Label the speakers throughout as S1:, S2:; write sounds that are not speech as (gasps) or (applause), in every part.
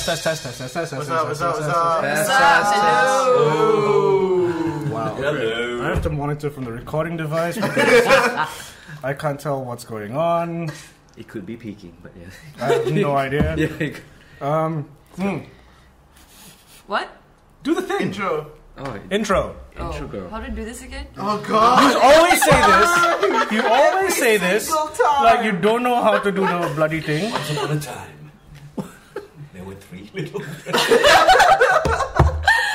S1: What's up?
S2: What's up? What's up? What's up?
S3: What's up?
S1: Wow.
S2: Hello.
S4: I have to monitor from the recording device. because I can't tell what's going on.
S3: It could be peaking, but yeah.
S4: I have no idea.
S3: (laughs) yeah. it could-
S4: Um, hmm.
S5: What?
S4: Do the thing.
S2: Intro.
S3: Oh,
S4: Intro.
S3: intro girl.
S5: How to do this again?
S2: Oh god.
S4: You always say this. You always say this.
S2: time.
S4: Like you don't know how to do the bloody thing.
S6: upon a time, there were three little.
S5: (laughs)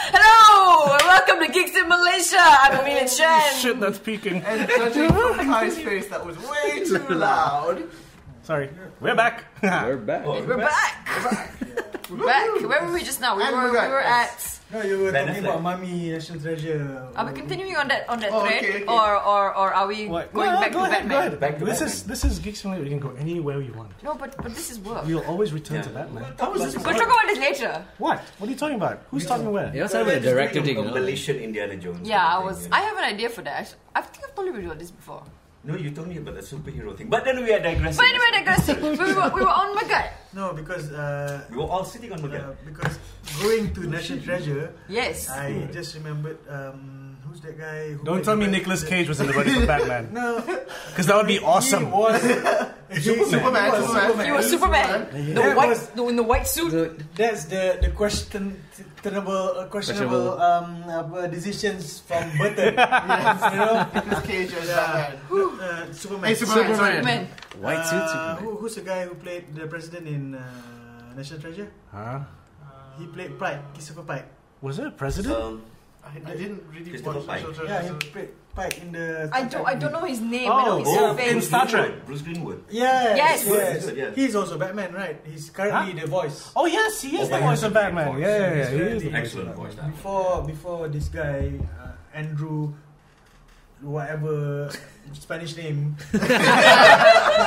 S5: Hello and welcome to Geeks in Malaysia. I'm Amelia Chen.
S4: Shit, that's peaking.
S2: And judging from Kai's face, that was way too loud.
S4: Sorry. We're back.
S3: We're back.
S5: We're back. (laughs) We're back. Where were we just now? We
S2: And
S5: were
S2: we're back.
S5: we were at.
S7: No, you were
S6: Ben
S7: talking about
S6: Affleck.
S7: Mummy, National Treasure.
S5: Are we continuing on that on that
S2: Oh,
S5: thread,
S2: okay, okay.
S5: or or or are we
S4: What?
S5: going
S4: No, no,
S5: back
S4: go
S5: to
S4: ahead,
S5: Batman?
S4: Go ahead.
S6: Back to
S4: this
S6: Batman.
S4: is this is Geeks Unlimited. You can go anywhere you want.
S5: No, but but this is work.
S4: We'll always return to
S3: Yeah.
S4: Batman.
S6: How was this?
S5: We'll talk about this later.
S4: What? What are you talking about? Who's talking where?
S3: It was about the director thing. you know, like-
S6: Malaysian Indiana Jones.
S5: Yeah,
S6: kind
S5: I
S6: of
S5: was.
S6: thing,
S5: I
S6: you
S5: have an idea for that. I think I've told you about this before.
S6: know. No, you told me about the superhero thing, but then we are digressing.
S5: But anyway, digressing. we, were, we were on Magat.
S7: No, because uh,
S6: We were all sitting on
S7: uh,
S6: Um, Magal.
S7: because going to National Treasure,
S5: Yes.
S7: I just remembered um, who's that guy? Who
S4: Don't
S7: played
S4: tell me
S7: the-
S4: Nicolas Cage was in the body for Batman.
S7: No,
S4: Because that would be
S7: he
S4: awesome. (laughs)
S7: was (laughs)
S4: Superman.
S2: Superman,
S7: He was
S2: Superman.
S5: you were Superman. The
S7: That
S5: white,
S7: was-
S5: the, in the white suit.
S3: The-
S7: That's the the questionable uh, questionable
S3: Questionable.
S7: um uh, decisions from
S4: (laughs)
S7: Burton. you know,
S2: Nicolas Cage as
S7: Yeah.
S2: Batman.
S7: uh, Superman.
S2: Hey, Superman.
S5: Superman.
S3: White suit
S7: Uh,
S3: Superman.
S7: who, who's the guy who played the president in uh, National Treasure?
S4: Huh?
S7: He played Pride, Christopher Pike.
S4: Was it a president?
S6: Um,
S2: I, I didn't really
S6: Christopher
S2: watch
S6: Pike.
S2: National Treasure,
S7: Yeah, he
S2: so-
S7: played Pike in the.
S5: I don't, I don't know his name. I know
S4: Oh,
S5: his
S4: oh,
S5: face.
S4: in Star Trek.
S6: Bruce Greenwood.
S5: Yes.
S7: Yes. yes.
S6: Yeah.
S7: He's also Batman, right? He's currently the voice.
S4: Oh yes, he is
S6: Oh,
S4: the
S6: yeah.
S4: voice of Batman.
S6: Voice.
S4: Yeah, yeah, yeah. He is
S7: He's
S4: the voice
S6: Excellent
S4: of Batman.
S6: voice. that.
S7: Before before this guy uh, Andrew, whatever Spanish name.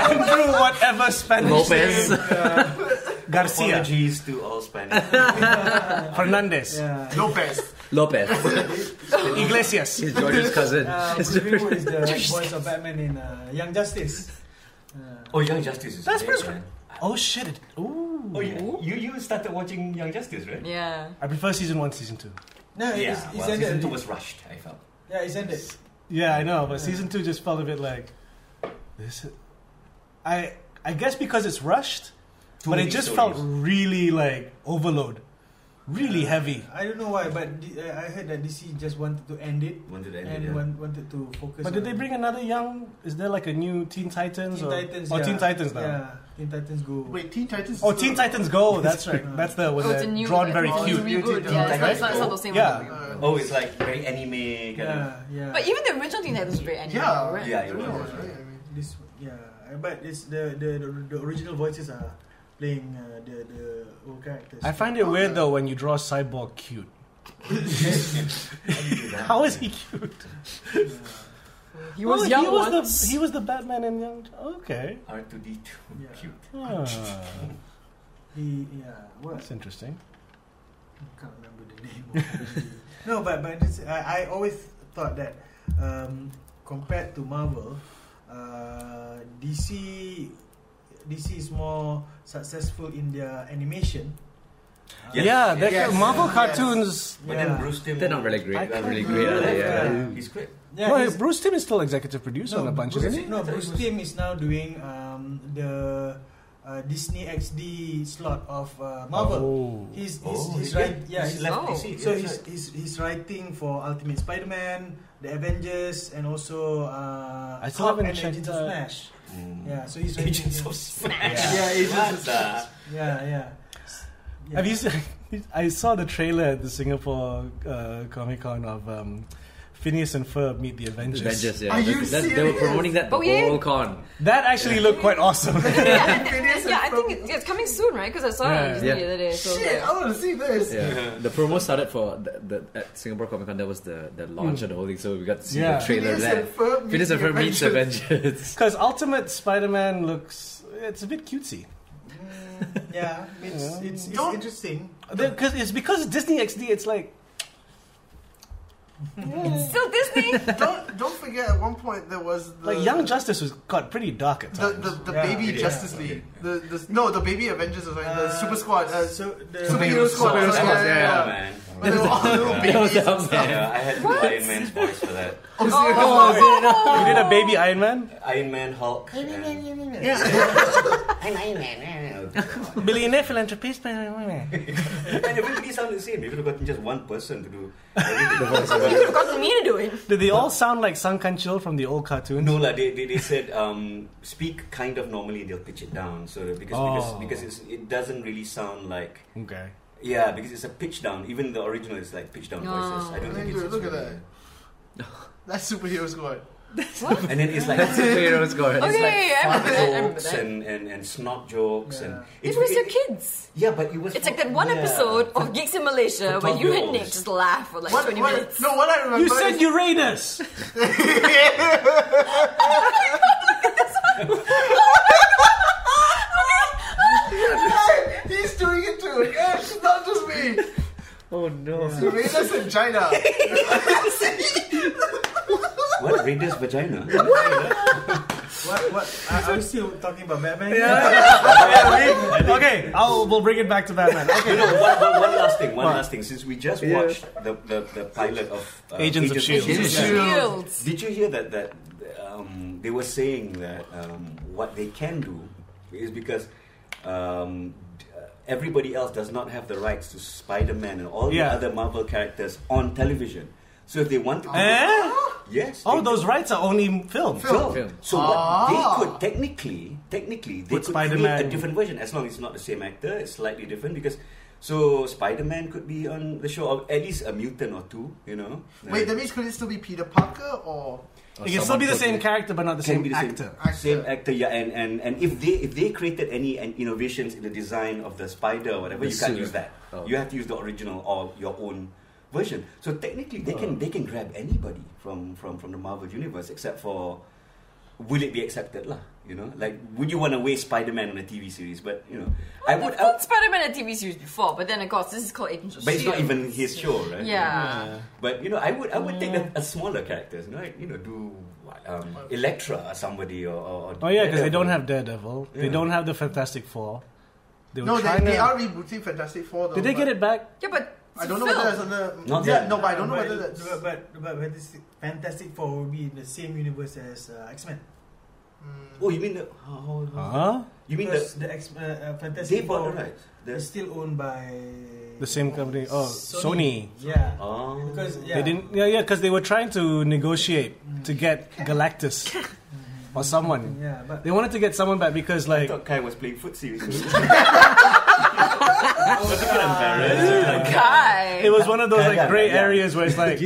S4: Andrew, whatever Spanish
S3: Lopez.
S4: name, uh, Garcia
S6: Apologies to all
S7: (laughs)
S6: Spanish.
S4: Fernandez
S7: Yeah.
S2: Lopez.
S3: Lopez.
S4: Iglesias.
S3: (laughs) He's George's cousin.
S7: Uh, Bruce Greenwood is the voice of Batman in uh, Young Justice. Uh,
S6: Oh, Young Justice is
S4: That's
S6: great,
S4: Bruce-
S6: man.
S4: Oh shit! it- Ooh.
S6: Oh, you, you you started watching Young Justice, right?
S5: Yeah.
S4: I prefer season one, season two.
S7: No,
S6: Yeah,
S7: it's, it's
S6: well, season
S7: ended.
S6: two was rushed. I felt.
S7: yeah, it's ended.
S4: Yeah, I know, but season two just felt a bit like this. I I guess because it's rushed,
S6: Too
S4: but it
S6: many
S4: just
S6: stories.
S4: felt really like overload, really heavy.
S7: I don't know why, but D- uh, I heard that DC just wanted to end it
S6: Wanted to end
S7: and
S6: it, yeah.
S7: wan- wanted to focus.
S4: But did
S7: on
S4: they bring another young? Is there like a new Teen Titans
S7: Teen
S4: or
S7: Titans?
S4: or
S7: yeah.
S4: Teen Titans now?
S7: Yeah, Teen Titans Go.
S2: Wait, Teen Titans.
S4: Oh, Teen Titans Go. That's right. That's the one
S5: Oh, it's
S4: that
S5: a new
S4: drawn very
S5: it's a
S4: cute.
S5: Reboot.
S2: Beauty
S5: Yeah, it's not,
S6: Titans
S5: it's not, it's not the same.
S4: Yeah.
S5: one.
S2: Uh,
S6: Oh, it's like very anime kind of.
S7: yeah, yeah.
S5: But even the original thing that was very anime.
S2: Uh, yeah,
S5: right?
S6: Yeah,
S2: I
S6: it
S2: don't
S6: was,
S2: know,
S6: it was.
S2: right? I mean,
S7: This, yeah, uh, but it's the the, the, the original voices are playing uh, the the old characters.
S4: I find it weird though when you draw Cyborg cute. How is he cute?
S5: He was
S4: Oh,
S5: young
S4: he was
S5: once. (laughs)
S4: the he was the Batman in Young. Okay,
S6: R two D two
S7: Yeah.
S6: cute.
S4: Ah,
S7: the yeah, what
S4: that's interesting.
S7: can't remember the name. Of the movie. no, but but this, I, I always thought that um, compared to Marvel, uh, DC DC is more successful in their animation.
S6: Yes.
S4: Yeah, that
S2: Yes.
S4: Marvel
S2: Yes.
S4: cartoons.
S6: But then Bruce Tim.
S3: They're not really great.
S4: I
S3: Not really
S4: can't
S3: great. Are
S4: remember.
S3: they? Yeah.
S7: Yeah.
S6: He's great.
S7: Yeah,
S4: no,
S7: it's-
S4: Bruce Tim is still executive producer on a bunch,
S7: Bruce,
S4: isn't he?
S7: No,
S6: I thought
S7: Bruce
S6: it was-
S7: Tim is now doing um, the uh, Disney XD slot of uh, Marvel.
S4: Oh.
S7: He's, he's,
S6: Oh,
S7: he's
S6: he
S7: right.
S6: did.
S7: Yeah,
S6: He's
S7: he's
S6: left
S5: Oh.
S6: DC.
S7: So
S6: yeah,
S7: he's,
S6: right.
S7: he's he's writing for Ultimate Spider-Man, the Avengers, and also uh,
S4: I still
S7: Hulk
S4: haven't
S7: and
S4: checked,
S7: Agents of
S4: uh,
S7: Smash.
S6: Mm.
S7: Yeah, so he's writing.
S6: Agents of Smash.
S7: Yeah, Agents of
S6: What the-
S7: Yeah, yeah. yeah.
S4: Have you seen, (laughs) I saw the trailer at the Singapore uh, Comic Con of um, Phineas and Ferb meet the Avengers.
S3: Avengers, yeah.
S2: Are you
S3: That's- that- they were
S2: serious?
S3: promoting that the
S5: Oh, yeah.
S3: whole con.
S4: That actually looked quite awesome.
S5: yeah, I think- yeah, I think it's, it's coming soon, right? Because I saw it on
S4: Yeah.
S5: Disney the
S3: Yeah.
S5: other day. So
S2: Shit, I want to see this.
S3: Yeah. the promo started for the, the at Singapore Comic Con. That was the, the launch of the whole thing, so we got to see
S4: Yeah.
S3: the trailer
S2: Phineas
S3: there.
S2: and Ferb (laughs) meet
S3: Phineas and
S2: the
S3: Ferb meets
S2: Avengers.
S3: Avengers. (laughs)
S4: Because Ultimate Spider Man looks. It's a bit cutesy.
S7: Yeah, it's
S4: Yeah.
S7: it's, it's
S2: Don't-
S7: interesting.
S4: Because it's because Disney XD, it's like.
S5: Still Disney.
S2: (laughs) don't don't forget at one point there was the
S4: Like Young Justice was got pretty dark at
S2: Uh. the,
S4: times.
S2: the, the
S7: Yeah.
S2: baby
S6: Yeah.
S2: Justice League, the, the no the baby Avengers, or something, the
S7: Uh,
S2: Super Squad, uh,
S7: so the
S2: Superhero Squad,
S6: Superhero
S2: Squad,
S6: Squad,
S2: yeah, yeah.
S6: man.
S2: But they were all little
S6: Yeah.
S2: babies and
S3: That was
S2: stuff.
S6: Yeah, I had to do Iron Man's voice for that.
S2: Oh,
S4: Oh,
S2: serious?
S4: you did a baby Iron Man,
S6: Iron Man, Hulk. and- I'm Iron Man. eh.
S4: billionaire philanthropist. But uh,
S6: and everybody sounded the same. They could have gotten just one person to do everything.
S5: "Oh, You could have gotten me to do it.
S4: did they all sound like Sun Kan Chil from the old cartoon?
S6: No, lah. They, they, they said um, speak kind of normally and they'll pitch it down. So that- because
S4: Oh.
S6: because because it's, it doesn't really sound like
S4: Okay.
S6: yeah because it's a pitch down. Even the original is like pitch down
S5: No.
S6: voices. I don't
S2: Look
S6: think
S2: at
S6: it's. it's
S2: that.
S6: really-
S2: (laughs) That's Superhero Squad.
S6: And then it's like
S3: Superheroes
S5: (laughs)
S3: go ahead.
S5: Okay, I remember that. I remember
S6: jokes
S5: that.
S6: and, and, and snot jokes and
S5: It was your kids.
S6: Yeah, but it was
S5: It's
S6: for-
S5: like that one
S6: yeah.
S5: episode of Geeks in Malaysia
S6: For
S5: where you and
S6: 12-year-olds.
S5: Nick just laugh for like
S2: What,
S5: 20
S2: what,
S5: minutes.
S2: no, what I remember.
S4: You said
S2: is-
S4: Uranus.
S2: (laughs) He's doing it too. Yeah, it's not just me.
S3: Oh no.
S2: Uranus and China.
S6: (laughs) What Raiders
S5: (laughs)
S6: vagina?
S7: What? What? I, I'm still talking about Batman. (laughs)
S4: okay, I'll we'll bring it back to Batman.
S6: (laughs)
S4: Okay.
S6: No, no, one, one, one last thing. One last thing. Since we just watched the, the, the pilot of uh,
S4: Agents of S.H.I.E.L.D..
S6: Agents
S2: Yeah.
S5: E
S6: of S.H.I.E.L.D..
S5: Shields.
S6: E Did you hear that? That um, they were saying that um, what they can do is because um, d- uh, everybody else does not have the rights to Spider-Man and all
S4: Yeah.
S6: the other Marvel characters on television. So if they want to, do it-
S4: Eh?
S6: yes.
S4: Oh,
S6: they-
S4: those rights are only film.
S6: So,
S3: Film. Ah.
S6: so what they could technically, technically, they
S4: Put
S6: could
S4: Spider-Man.
S6: create a different version as long as it's not the same actor. It's slightly different because so Spider-Man could be on the show, or at least a mutant or two. You know.
S2: Wait, that
S6: Uh,
S2: means could it still be Peter Parker or?
S4: It can still be the same character, but not the same
S6: can be the same
S4: actor.
S2: actor.
S6: Same actor, yeah. And, and, and if they if they created any an innovations in the design of the spider or whatever,
S3: The
S6: you can't
S3: suit.
S6: use that.
S3: Oh.
S6: You have to use the original or your own version. So technically, they
S4: Oh.
S6: can they can grab anybody from from from the Marvel universe, except for will it be accepted lah? You know, like would you want to waste Spider-Man on a TV series? But you know, I would.
S5: I've
S6: I,
S5: done Spider-Man a TV series before, but then of course this is called Agents of
S6: but it's not
S5: S.H.I.E.L.D..
S6: even his show, right?
S5: E Yeah.
S6: But you know, I would I would take a, a smaller characters. You know, like, you know, do what, um, Electra or somebody or. or or
S4: Oh yeah, because they don't
S6: Daredevil.
S4: have Daredevil. They
S6: Yeah.
S4: don't have the Fantastic Four. They were
S2: No, they,
S4: trying
S2: they
S4: to-
S2: are rebooting Fantastic Four. Though,
S4: Did they
S2: but
S4: get it back?
S5: Yeah, but
S2: I don't know
S5: film.
S2: whether that's on the.
S6: Not
S2: yeah,
S6: that.
S2: no, but I don't know
S7: but,
S2: whether that's.
S7: but, but, but Fantastic, Fantastic Four will be in the same universe as uh, X Men.
S2: Hmm.
S6: Oh, you mean the? How, how,
S4: Huh?
S6: You mean
S7: because
S6: the?
S7: the, X uh, uh,
S6: They
S7: Fantastic
S6: bought
S7: Four
S6: the rights.
S7: is
S6: The,
S7: still owned by
S4: The same company. Oh, Sony.
S7: Yeah.
S6: oh,
S7: Because yeah,
S4: They didn't. Yeah, yeah, because they were trying to negotiate to get Galactus or someone.
S7: Yeah, but
S4: They wanted to get someone back because
S6: I
S4: like
S6: thought Kai was playing
S4: (laughs)
S6: footsie. (laughs) with me. I was a bit
S5: (laughs)
S6: embarrassed.
S5: Guy.
S4: it was one of those like (laughs)
S6: Kinda,
S4: gray
S6: yeah.
S4: areas where it's (laughs) like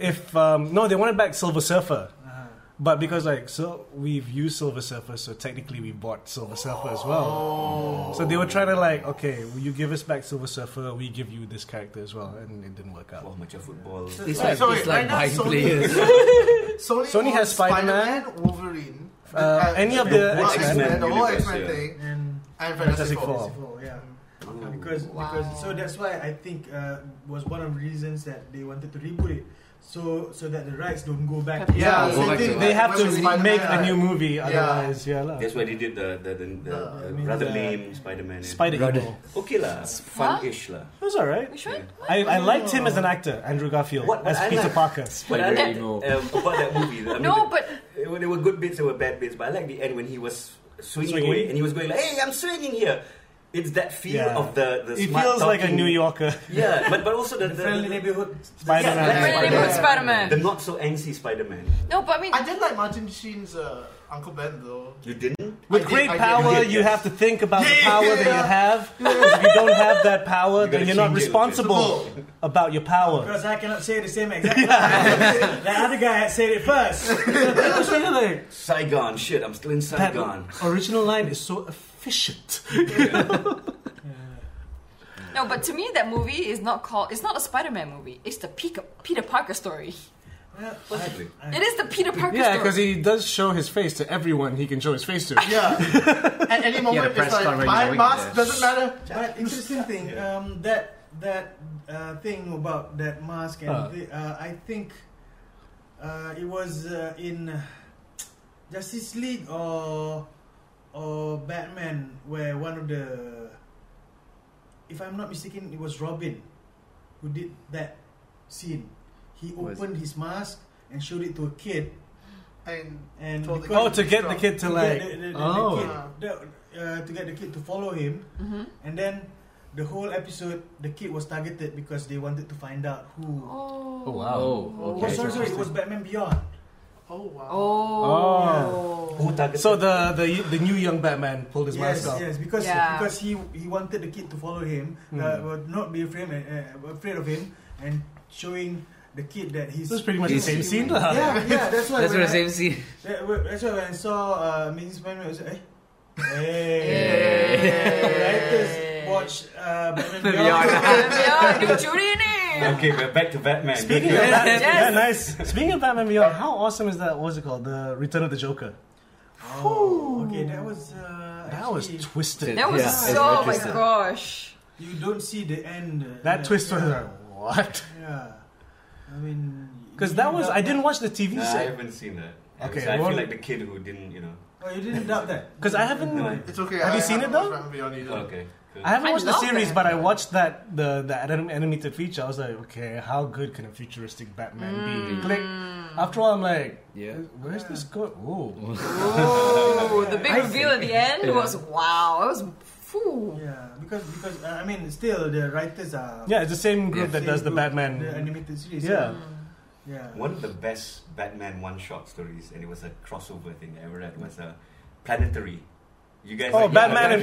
S4: if um, no, they wanted back Silver Surfer.
S7: Uh-huh.
S4: But because like so, we've used Silver Surfer, so technically we bought Silver Surfer as well. So they were trying to like, okay, well, you give us back Silver Surfer, we give you this character as well, and it didn't work out.
S6: Oh, much of football. Oh.
S3: It's like,
S2: Sorry,
S3: it's like
S2: right now
S3: buying
S2: Sony-
S3: players.
S2: Sony,
S4: Sony has Spider-Man,
S2: Spider-Man, Wolverine,
S4: uh, any of the
S2: well,
S6: X-Men
S2: the whole
S6: universe,
S2: X-Men
S6: yeah.
S2: thing,
S7: and
S2: and
S4: Fantastic
S2: Fantastic Four.
S4: Four.
S7: Fantastic Four, yeah.
S6: Ooh.
S7: Because because so that's why I think uh, was one of the reasons that they wanted to reboot it, so so that the rights don't go back.
S2: Yeah,
S3: Go
S2: same
S3: back to
S2: thing.
S3: that.
S4: They have
S2: When
S4: to
S2: was Spider-Man,
S4: make a
S2: uh,
S4: new movie, otherwise, yeah, lah.
S6: That's why they did the the, the, the
S2: Uh,
S6: uh,
S7: I mean,
S6: rather
S7: the-
S6: lame Spider-Man.
S4: Spider
S3: Brother.
S4: Evil.
S6: Okay lah, fun-ish lah.
S4: It was alright.
S5: Which one?
S4: I, I liked him as an actor, Andrew Garfield,
S6: What- what
S4: as
S6: I
S4: Peter
S6: like-
S4: Parker.
S6: But I
S3: Spider
S6: liked
S3: emo.
S6: um, about that movie. I mean,
S5: No, but
S6: Uh, well, there were good bits, there were bad bits, but I like the end when he was swinging,
S4: Swinging?
S6: away and he was going like, "Hey, I'm swinging here." It's that feel
S4: Yeah.
S6: of the the
S4: He
S6: smart
S4: feels like a
S6: talking-
S4: New Yorker.
S6: Yeah, but but also the,
S7: The
S6: the,
S7: friendly
S6: the,
S7: neighborhood.
S4: Spider-Man.
S6: Yeah,
S5: Friendly Neighborhood Spider-Man.
S6: the not so angsty Spider-Man.
S5: no, but I mean,
S2: I did like Martin Sheen's uh, Uncle Ben though.
S6: You didn't?
S4: With
S2: I did-
S4: great
S2: I did-
S4: power,
S6: I did,
S4: you
S6: yes.
S4: have to think about the
S2: Yeah,
S4: power
S2: yeah,
S4: that you
S2: yeah.
S4: have. 'Cause if you don't have that power,
S6: You
S4: then
S6: gotta
S4: you're not
S6: change it,
S4: responsible
S2: okay.
S4: about your power.
S7: (laughs) Because I cannot say the same exact. line. the other guy had said it first.
S6: Saigon, shit, I'm still in
S4: That
S6: Saigon.
S4: original line is so efficient.
S5: no, but to me that movie is not called. It's not a Spider-Man movie. It's the Peter, Peter Parker story.
S7: Well,
S6: Possibly.
S7: I- I-
S5: It is the Peter Parker
S4: Yeah, because
S5: story.
S4: he does show his face to everyone he can show his face to.
S2: Yeah. At any moment,
S3: press
S2: it's like
S3: conference
S2: my
S3: going
S2: mask
S3: there.
S2: doesn't matter.
S7: But interesting thing, um, that that uh, thing about that mask and
S1: Ah.
S7: thi- uh, I think uh, it was uh, in Justice League or or Batman where one of the if I'm not mistaken it was Robin who did that scene. He
S3: Was-
S7: opened his mask and showed it to a kid
S2: And
S7: and
S2: Told the
S4: Oh,
S7: because-
S4: to get the kid to like.
S7: the, the, the, the
S1: Oh.
S7: kid, the, uh, to get the kid to follow him
S5: Mm-hmm.
S7: and then the whole episode, the kid was targeted because they wanted to find out who.
S5: Oh.
S1: Oh, wow.
S3: Oh,
S7: Oh,
S3: okay.
S7: sorry, sorry, it was Batman Beyond.
S2: oh wow.
S5: Oh.
S6: Who targeted?
S4: So the, the the new young Batman pulled his mask
S7: yes,
S4: off.
S7: yes, because
S5: Yeah.
S7: because he he wanted the kid to follow him,
S4: Hmm.
S7: uh, would not be afraid uh, afraid of him, and showing the kid that he's.
S4: This is pretty much the
S3: He's-
S4: same scene, (laughs) lah.
S7: yeah, yeah, that's why.
S3: That's
S7: when
S3: what the
S7: I-
S3: same scene.
S7: that- when- That's why when I saw uh, Amazing Spider-Man, I was like, eh? Hey,
S5: Hey.
S7: writers watch uh, Batman
S3: Batman
S7: Beyond.
S5: Oh.
S3: Beyond.
S5: Yeah, dia curi ni.
S6: okay, we're back to Batman.
S4: Speaking of
S6: Yeah.
S4: Batman,
S5: Yes.
S4: yeah, nice. Speaking of Batman Beyond, how awesome is that? What's it called? The Return of the Joker.
S7: Oh, okay, that was uh,
S4: That was
S7: actually-
S4: twisted.
S5: That was
S3: Yeah, it's
S5: so, oh my
S3: interesting.
S5: gosh.
S7: You don't see the end. uh,
S4: That
S7: yeah,
S4: twist was
S7: yeah,
S4: like what?
S7: Yeah, I mean,
S4: Because
S7: you
S4: that
S7: didn't
S4: was
S7: doubt
S4: I didn't watch the TV
S6: Nah, I
S4: set
S6: haven't seen that.
S4: Okay,
S6: Okay, I
S4: well-
S6: feel like the kid who didn't, you know.
S7: Oh, you didn't doubt that.
S4: because I haven't.
S6: No, I-
S2: It's okay.
S4: Have
S2: I
S4: you seen
S2: haven't
S4: it though?
S2: watched Batman Beyond either.
S6: Okay, cool.
S4: I haven't
S5: I
S4: watched the
S5: love
S4: series,
S5: that.
S4: but I watched that the the anim- animated feature. I was like, okay, how good can a futuristic Batman
S5: Mm.
S4: be? Click. After all, I'm like, "Uh,
S3: Yeah.
S4: where's this going? Oh,
S5: Oh, the big
S4: I
S5: reveal at the end
S3: Yeah.
S5: was wow. It was. Phew.
S7: Yeah, because because uh, I mean, still the writers are
S4: yeah, it's the same group
S3: Yeah.
S4: that
S7: same
S4: does the
S7: group,
S4: Batman.
S7: the animated series.
S4: yeah,
S7: yeah.
S6: One of the best Batman one-shot stories, and it was a crossover thing I ever read, was a planetary. You guys,
S4: Oh,
S6: like,
S4: Batman and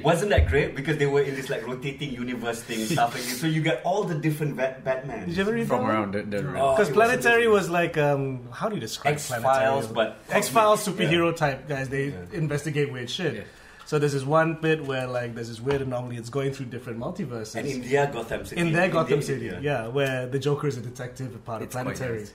S4: Planetary.
S6: Wasn't that great? Because they were in this like rotating universe thing, stuff like this. So you get all the different Bat- Batman.
S4: Did you ever read
S3: From around the, the
S6: Oh,
S4: Because
S6: it was
S4: Planetary
S6: amazing.
S4: was like, um, how do you describe
S6: X
S4: Planetary?
S6: Files, but
S4: X Files
S6: cosmic.
S4: superhero type guys. They
S6: Yeah.
S4: investigate weird shit.
S3: Yeah.
S4: So there's this one bit where like there's this weird anomaly. It's going through different multiverses.
S6: Yeah. And in their Gotham City.
S4: in their Gotham
S6: their-
S4: City, yeah. where the Joker is a detective, a part
S3: It's
S4: of
S3: quite
S4: Planetary.
S3: nice.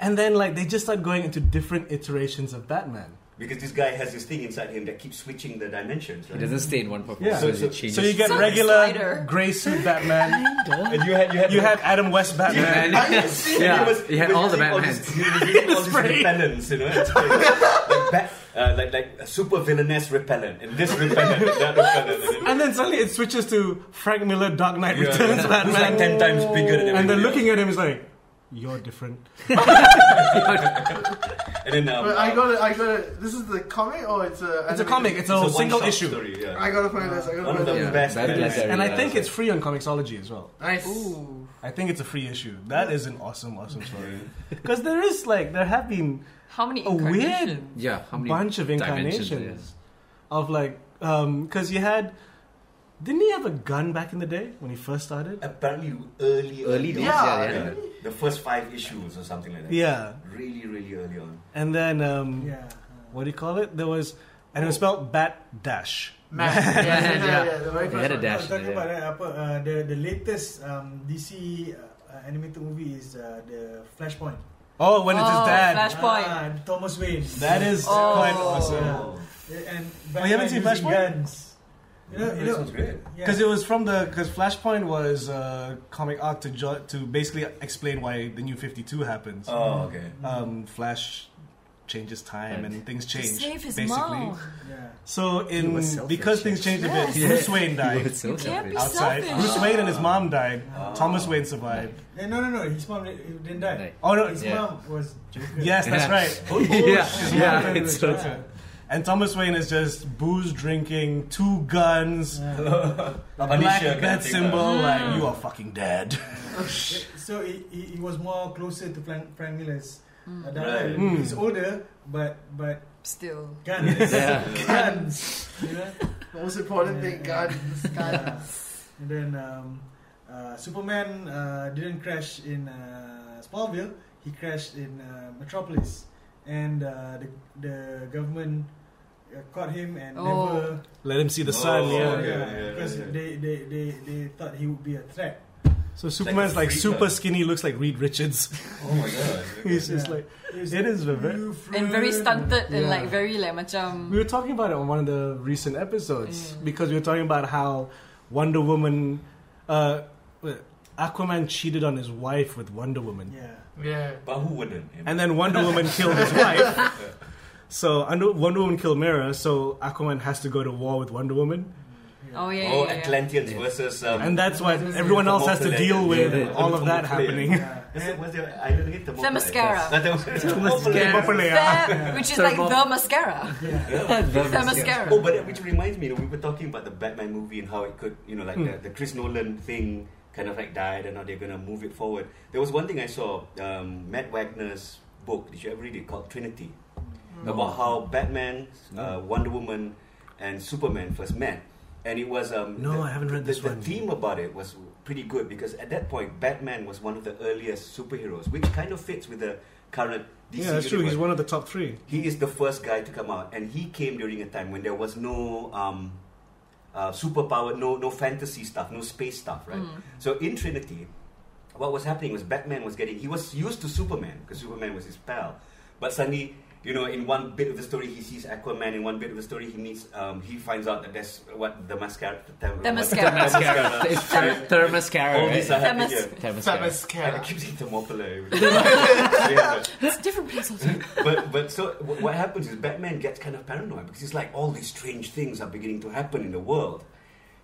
S4: And then, like, they just start going into different iterations of Batman.
S6: Because this guy has this thing inside him that keeps switching the dimensions.
S3: It
S6: Right?
S3: doesn't stay in one purpose,
S4: Yeah.
S3: so,
S6: So-
S3: it changes.
S4: So you get
S5: So
S4: regular
S5: Snyder.
S4: gray suit Batman.
S6: And you had you had
S4: you had Adam West Batman.
S6: (laughs)
S3: Yeah. (laughs) Yeah,
S6: He was-
S3: he had
S6: was
S3: all the
S6: using
S3: Batmans.
S6: these- he
S4: (laughs)
S6: was using all these repellents, you know, it's like, like, bat, uh, like like a super villainess repellent and this repellent and that repellent.
S3: (laughs)
S6: And, then-
S4: And then suddenly it switches to Frank Miller, Dark Knight
S6: Yeah,
S4: Returns
S6: yeah.
S4: Batman.
S6: Who's like ten times bigger than
S4: and
S6: everybody
S4: then
S6: else.
S4: looking at him is like, you're different.
S6: And then um,
S2: But I got it. I got it. This is the comic, or it's a.
S4: It's a comic. It's a,
S6: it's
S4: single
S6: one-shot
S4: issue.
S6: Story, yeah.
S2: I gotta find this. I
S6: One
S2: gotta
S6: of
S2: find
S6: the
S2: this.
S3: Yeah,
S6: best.
S3: Batman.
S6: Batman.
S4: And I
S3: Yeah,
S4: think
S3: that's
S4: it's free on Comixology as well.
S2: Nice.
S5: Ooh.
S4: I think it's a free issue. That is an awesome,
S3: (laughs)
S4: awesome story. Because there is like there have been
S5: How many?
S4: a weird
S5: incarnations?
S3: yeah, how many (laughs)
S4: bunch of
S3: dimensions
S4: incarnations of like because you had didn't he have a gun back in the day when he first started?
S6: Apparently early,
S3: Early
S6: on.
S3: days, yeah,
S6: yeah.
S3: yeah.
S6: The first five issues or something like that.
S4: Yeah,
S6: Really, really early on.
S4: and then um,
S7: yeah.
S4: what do you call it? There was and it was spelled Bat Dash.
S2: Man.
S3: Yeah, yeah, yeah.
S2: the very
S3: They
S2: first
S3: had a
S2: one.
S3: dash.
S7: I was talking
S3: in
S7: about
S3: there.
S7: that, apa, uh, the the latest um, DC uh, uh, animated movie is uh, the Flashpoint.
S4: Oh, when it's his
S5: Oh,
S4: dad.
S5: Flash- Flashpoint.
S7: Ah, Thomas Wayne.
S4: That is
S5: Oh.
S4: quite awesome
S6: Oh,
S7: And
S4: Oh, you haven't seen
S7: Batman using
S4: Flashpoint?
S7: Guns. You know, you
S6: that
S7: know,
S6: sounds great.
S7: yeah.
S4: because it was from the because Flashpoint was a comic arc to jo- to basically explain why the New Fifty Two happens.
S6: Oh, okay.
S4: um, Flash changes time and things
S5: Mm-hmm. To
S4: change.
S5: save his
S4: basically.
S5: mom.
S7: yeah.
S4: So in
S3: was selfish.
S4: because things changed a bit,
S5: Yes.
S4: Bruce (laughs) Wayne died
S3: It's so
S5: You can't be
S4: (laughs)
S3: selfish.
S4: outside.
S5: selfish.
S4: Bruce Wayne and his mom died. Thomas Wayne survived.
S7: Eh, no, no, no. His mom di- didn't die.
S3: Like-
S4: Oh no!
S7: His
S4: it's-
S3: Yeah.
S7: mom was Joker.
S4: Yes, that's (laughs) right.
S3: yeah,
S4: His mom
S3: yeah,
S4: died in
S3: it's
S4: the
S3: so
S4: Joker. And Thomas Wayne is just booze drinking, two guns, black
S6: Punisher kind
S4: bat
S6: of thing,
S4: symbol.
S6: uh,
S5: Mm.
S4: Like you are fucking dead.
S7: So he, he, he was more closer to Frank, Frank Miller's. Uh, that
S6: Right.
S7: one. He's
S4: Hmm.
S7: older, but but
S5: Still.
S7: guns,
S3: Yeah.
S7: (laughs) guns. You know?
S2: The most important thing, God,
S7: (laughs)
S2: this guy.
S7: Yeah. And then um, uh, Superman uh, didn't crash in uh, Smallville. He crashed in uh, Metropolis, and uh, the the government uh, caught him and
S5: Oh.
S7: never.
S4: (laughs) Let him see the sun. yeah.
S6: Oh, yeah, yeah,
S7: because
S6: yeah.
S7: They, they, they, they thought he would be a threat.
S4: So Superman's like,
S6: freak,
S4: super
S6: huh?
S4: skinny, looks like Reed Richards. (laughs)
S6: Oh my god.
S4: He's just
S7: Yeah.
S4: like
S7: He was
S4: it is a very
S7: "You
S5: And very
S7: fruit."
S5: stunted and
S4: Yeah.
S5: like very like
S4: We
S5: macam.
S4: were talking about it on one of the recent episodes
S5: Mm.
S4: because we were talking about how Wonder Woman, uh, uh, wait, Aquaman cheated on his wife with Wonder Woman,
S7: Yeah.
S1: Yeah.
S6: But who wouldn't? you know?
S4: and then Wonder Woman killed his wife. So Under- Wonder Woman killed Mira, so Aquaman has to go to war with Wonder Woman,
S5: Oh yeah.
S6: oh,
S5: yeah, yeah,
S6: Atlanteans versus. Um,
S4: and that's what
S1: This is
S4: everyone else has to
S6: Thermopylae.
S4: deal with
S3: Yeah.
S4: all of that happening.
S6: Thermopylae.
S7: (laughs)
S4: (laughs)
S7: Yeah.
S6: Is it- what's the I don't get the Oh,
S5: Mascara.
S4: Thermopylae, yeah.
S5: Fair, which is like the
S6: (laughs)
S5: mascara. The mascara.
S6: Oh, but that- which reminds me, you know, we were talking about the Batman movie and how it could, you know, like
S4: Mm.
S6: the, the Chris Nolan thing kind of like died and now they're going to move it forward. There was one thing I saw, um, Matt Wagner's book, did you ever read it, called Trinity? About
S4: Mm-hmm.
S6: how Batman, uh, Wonder Woman, and Superman first met. And it was. Um,
S4: No, I haven't read
S6: the-
S4: this
S6: the
S4: one.
S6: theme about it was pretty good because at that point, Batman was one of the earliest superheroes, which kind of fits with the current DC
S4: Yeah, that's true.
S6: universe
S4: He's one of the top three.
S6: he is the first guy to come out, and he came during a time when there was no um, uh, superpower, no no fantasy stuff, no space stuff, right?
S5: Mm.
S6: So in Trinity, what was happening was Batman was getting he was used to Superman because Superman was his pal, but suddenly. You know, in one bit of the story, he sees Aquaman. In one bit of the story, he meets. Um, he finds out that that's what the mascara. (laughs) The,
S5: The
S6: what-
S5: mascara.
S6: mascara.
S3: It's ther- thermascara,
S6: All these are
S3: right?
S5: Themas-
S6: happening. here.
S3: Thermascara.
S6: I
S1: Famascara.
S6: keep saying Thermopylae.
S5: (laughs)
S6: Yeah.
S5: It's different pencils.
S6: (laughs) but but so wh- what happens is Batman gets kind of paranoid because he's like all these strange things are beginning to happen in the world.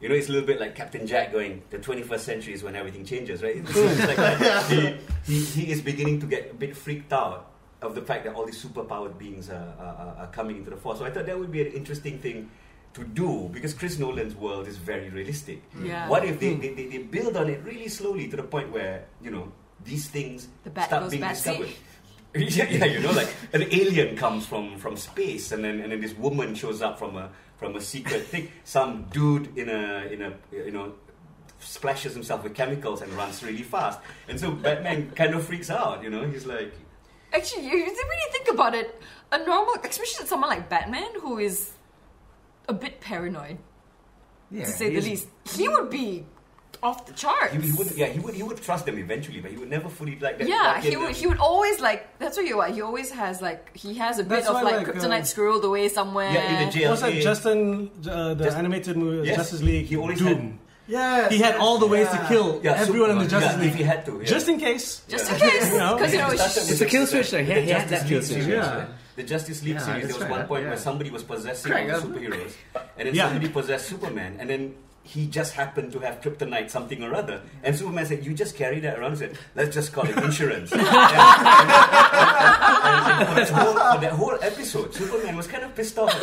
S6: You know, it's a little bit like Captain Jack going, "The 21st century is when everything changes," right? It's it's like that. He, he, he is beginning to get a bit freaked out of the fact that all these superpowered beings are, are, are- are coming into the force. So I thought that would be an interesting thing to do because Chris Nolan's world is very realistic.
S5: Yeah.
S6: What if they, they, they, they build on it really slowly to the point where you know these things
S5: The bat
S6: start
S5: goes
S6: being
S5: batsy.
S6: discovered? (laughs) yeah, yeah, you know, like an alien comes from, from space, and then and then this woman shows up from a from a secret thing. Some dude in a in a you know splashes himself with chemicals and runs really fast, and so Batman kind of freaks out. You know, he's like,
S5: Actually, you, you really think about it, a normal, especially someone like Batman who is a bit paranoid
S3: Yeah,
S5: to say the
S3: he's-
S5: least, he would be off the charts.
S6: he, he would yeah he would he would trust them eventually, but he would never fully like that.
S5: yeah,
S6: lock
S5: he
S6: in
S5: would.
S6: them.
S5: He would always like. That's what you are. He always has like. He has a bit
S4: That's
S5: of
S4: why,
S5: like,
S4: like, uh,
S5: kryptonite squirreled away somewhere.
S6: yeah in the jail.
S4: What's that? Justin, uh, the
S6: Just-
S4: animated movie,
S6: Yes.
S4: Justice League,
S6: He always
S4: Doom.
S7: Yes,
S4: he had all the ways to
S7: yeah.
S4: kill
S6: Yeah,
S4: everyone in the
S6: Superman.
S4: Justice
S6: Yeah,
S4: League.
S6: if he had to, yeah.
S4: Just in case.
S5: Just in case,
S4: (laughs) You know?
S5: because you know,
S6: It
S5: it's
S6: started
S5: just,
S6: with
S3: It's a kill
S6: the-
S3: switch, like,
S6: the
S3: yeah, he had
S6: Justice
S3: that kill
S6: League
S3: switch,
S6: series,
S4: yeah.
S6: right? The Justice League
S3: Yeah,
S6: series, there
S3: that's
S6: was
S3: right,
S6: one point
S3: yeah.
S6: where somebody was possessing
S3: Correct,
S6: all the
S3: yeah.
S6: superheroes, and then
S4: Yeah.
S6: somebody possessed Superman, and then he just happened to have kryptonite something or other. And Superman said, You just carry that around. He said, Let's just call it insurance. Yeah. and, and for, that whole, for that whole episode, Superman was kind of pissed off. I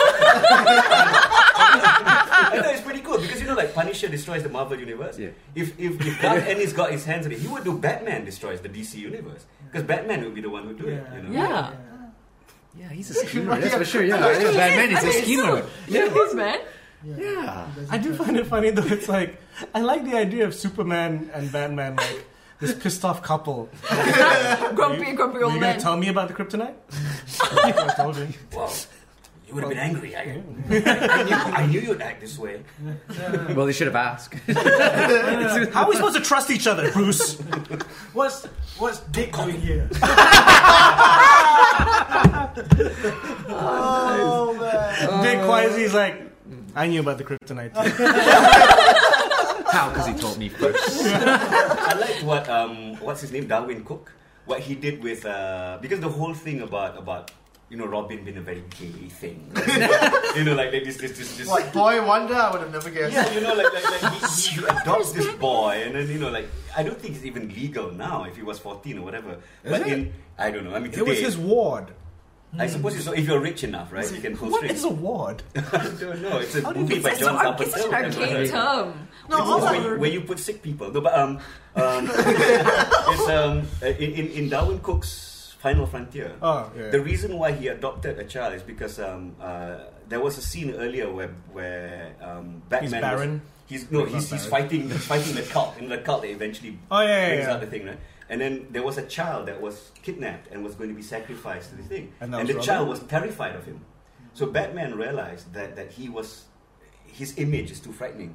S6: thought it's pretty cool because you know, like Punisher destroys the Marvel universe.
S3: Yeah.
S6: If if if Garth Ennis got his hands on it, he would do Batman destroys the DC universe because Batman would be the one who do it.
S7: Yeah.
S6: You know?
S5: yeah.
S3: Yeah, he's a schemer. That's for sure. Yeah, Batman
S5: I
S3: is a
S5: mean,
S3: schemer.
S5: so- Yeah, he is, man.
S3: Yeah.
S4: I do find it funny though. It's like I like the idea of Superman and Batman, like this pissed off couple.
S5: Grumpy, grumpy
S4: Are
S5: old
S4: you
S5: man.
S4: gonna tell me about the
S5: (laughs)
S4: kryptonite? I told you.
S6: Wow. You would have been angry. I, (laughs) I, knew, I knew you'd act this way.
S3: Well, they should have asked. (laughs)
S4: How are we supposed to trust each other, Bruce?
S7: What's what's Dick doing here?
S2: Oh man.
S4: Dick Quasi's like, I knew about the kryptonite.
S3: How? Because he told me first. (laughs)
S6: I liked what um, what's his name, Darwin Cook, what he did with uh, because the whole thing about about you know Robin being a very gay thing, (laughs) you know, like, like this this this this.
S2: Like boy wonder, I would have never
S6: (laughs)
S2: guessed. (laughs)
S6: Yeah, you know, like, like, like he, (laughs) he adopts this boy, and then you know, like I don't think it's even legal now if he was fourteen or whatever. but in I don't know. I mean, today,
S4: It was his ward.
S6: I suppose it's, if you're rich enough, right? You can host
S4: What
S6: it.
S4: is a ward?
S6: I don't know. It's a movie by
S5: It's such
S6: John
S5: an arch- it's such an
S6: Carpenter.
S5: arcane term.
S6: No, where, you- where you put sick people. No, but um, um, it's um, in, in in Darwin Cook's Final Frontier.
S4: Oh, yeah.
S6: The reason why he adopted a child is because um, uh, there was a scene earlier where where um, Batman. was-
S4: barren?
S6: he's no, he's,
S4: not
S6: he's fighting he's fighting the cult, and the cult that eventually
S4: Oh, yeah, yeah,
S6: brings
S4: yeah.
S6: out the thing, right? And then there was a child that was kidnapped and was going to be sacrificed to this thing,
S4: And that
S6: and the
S4: was Robin?
S6: child was terrified of him. So Batman realized that that he was his image is too frightening.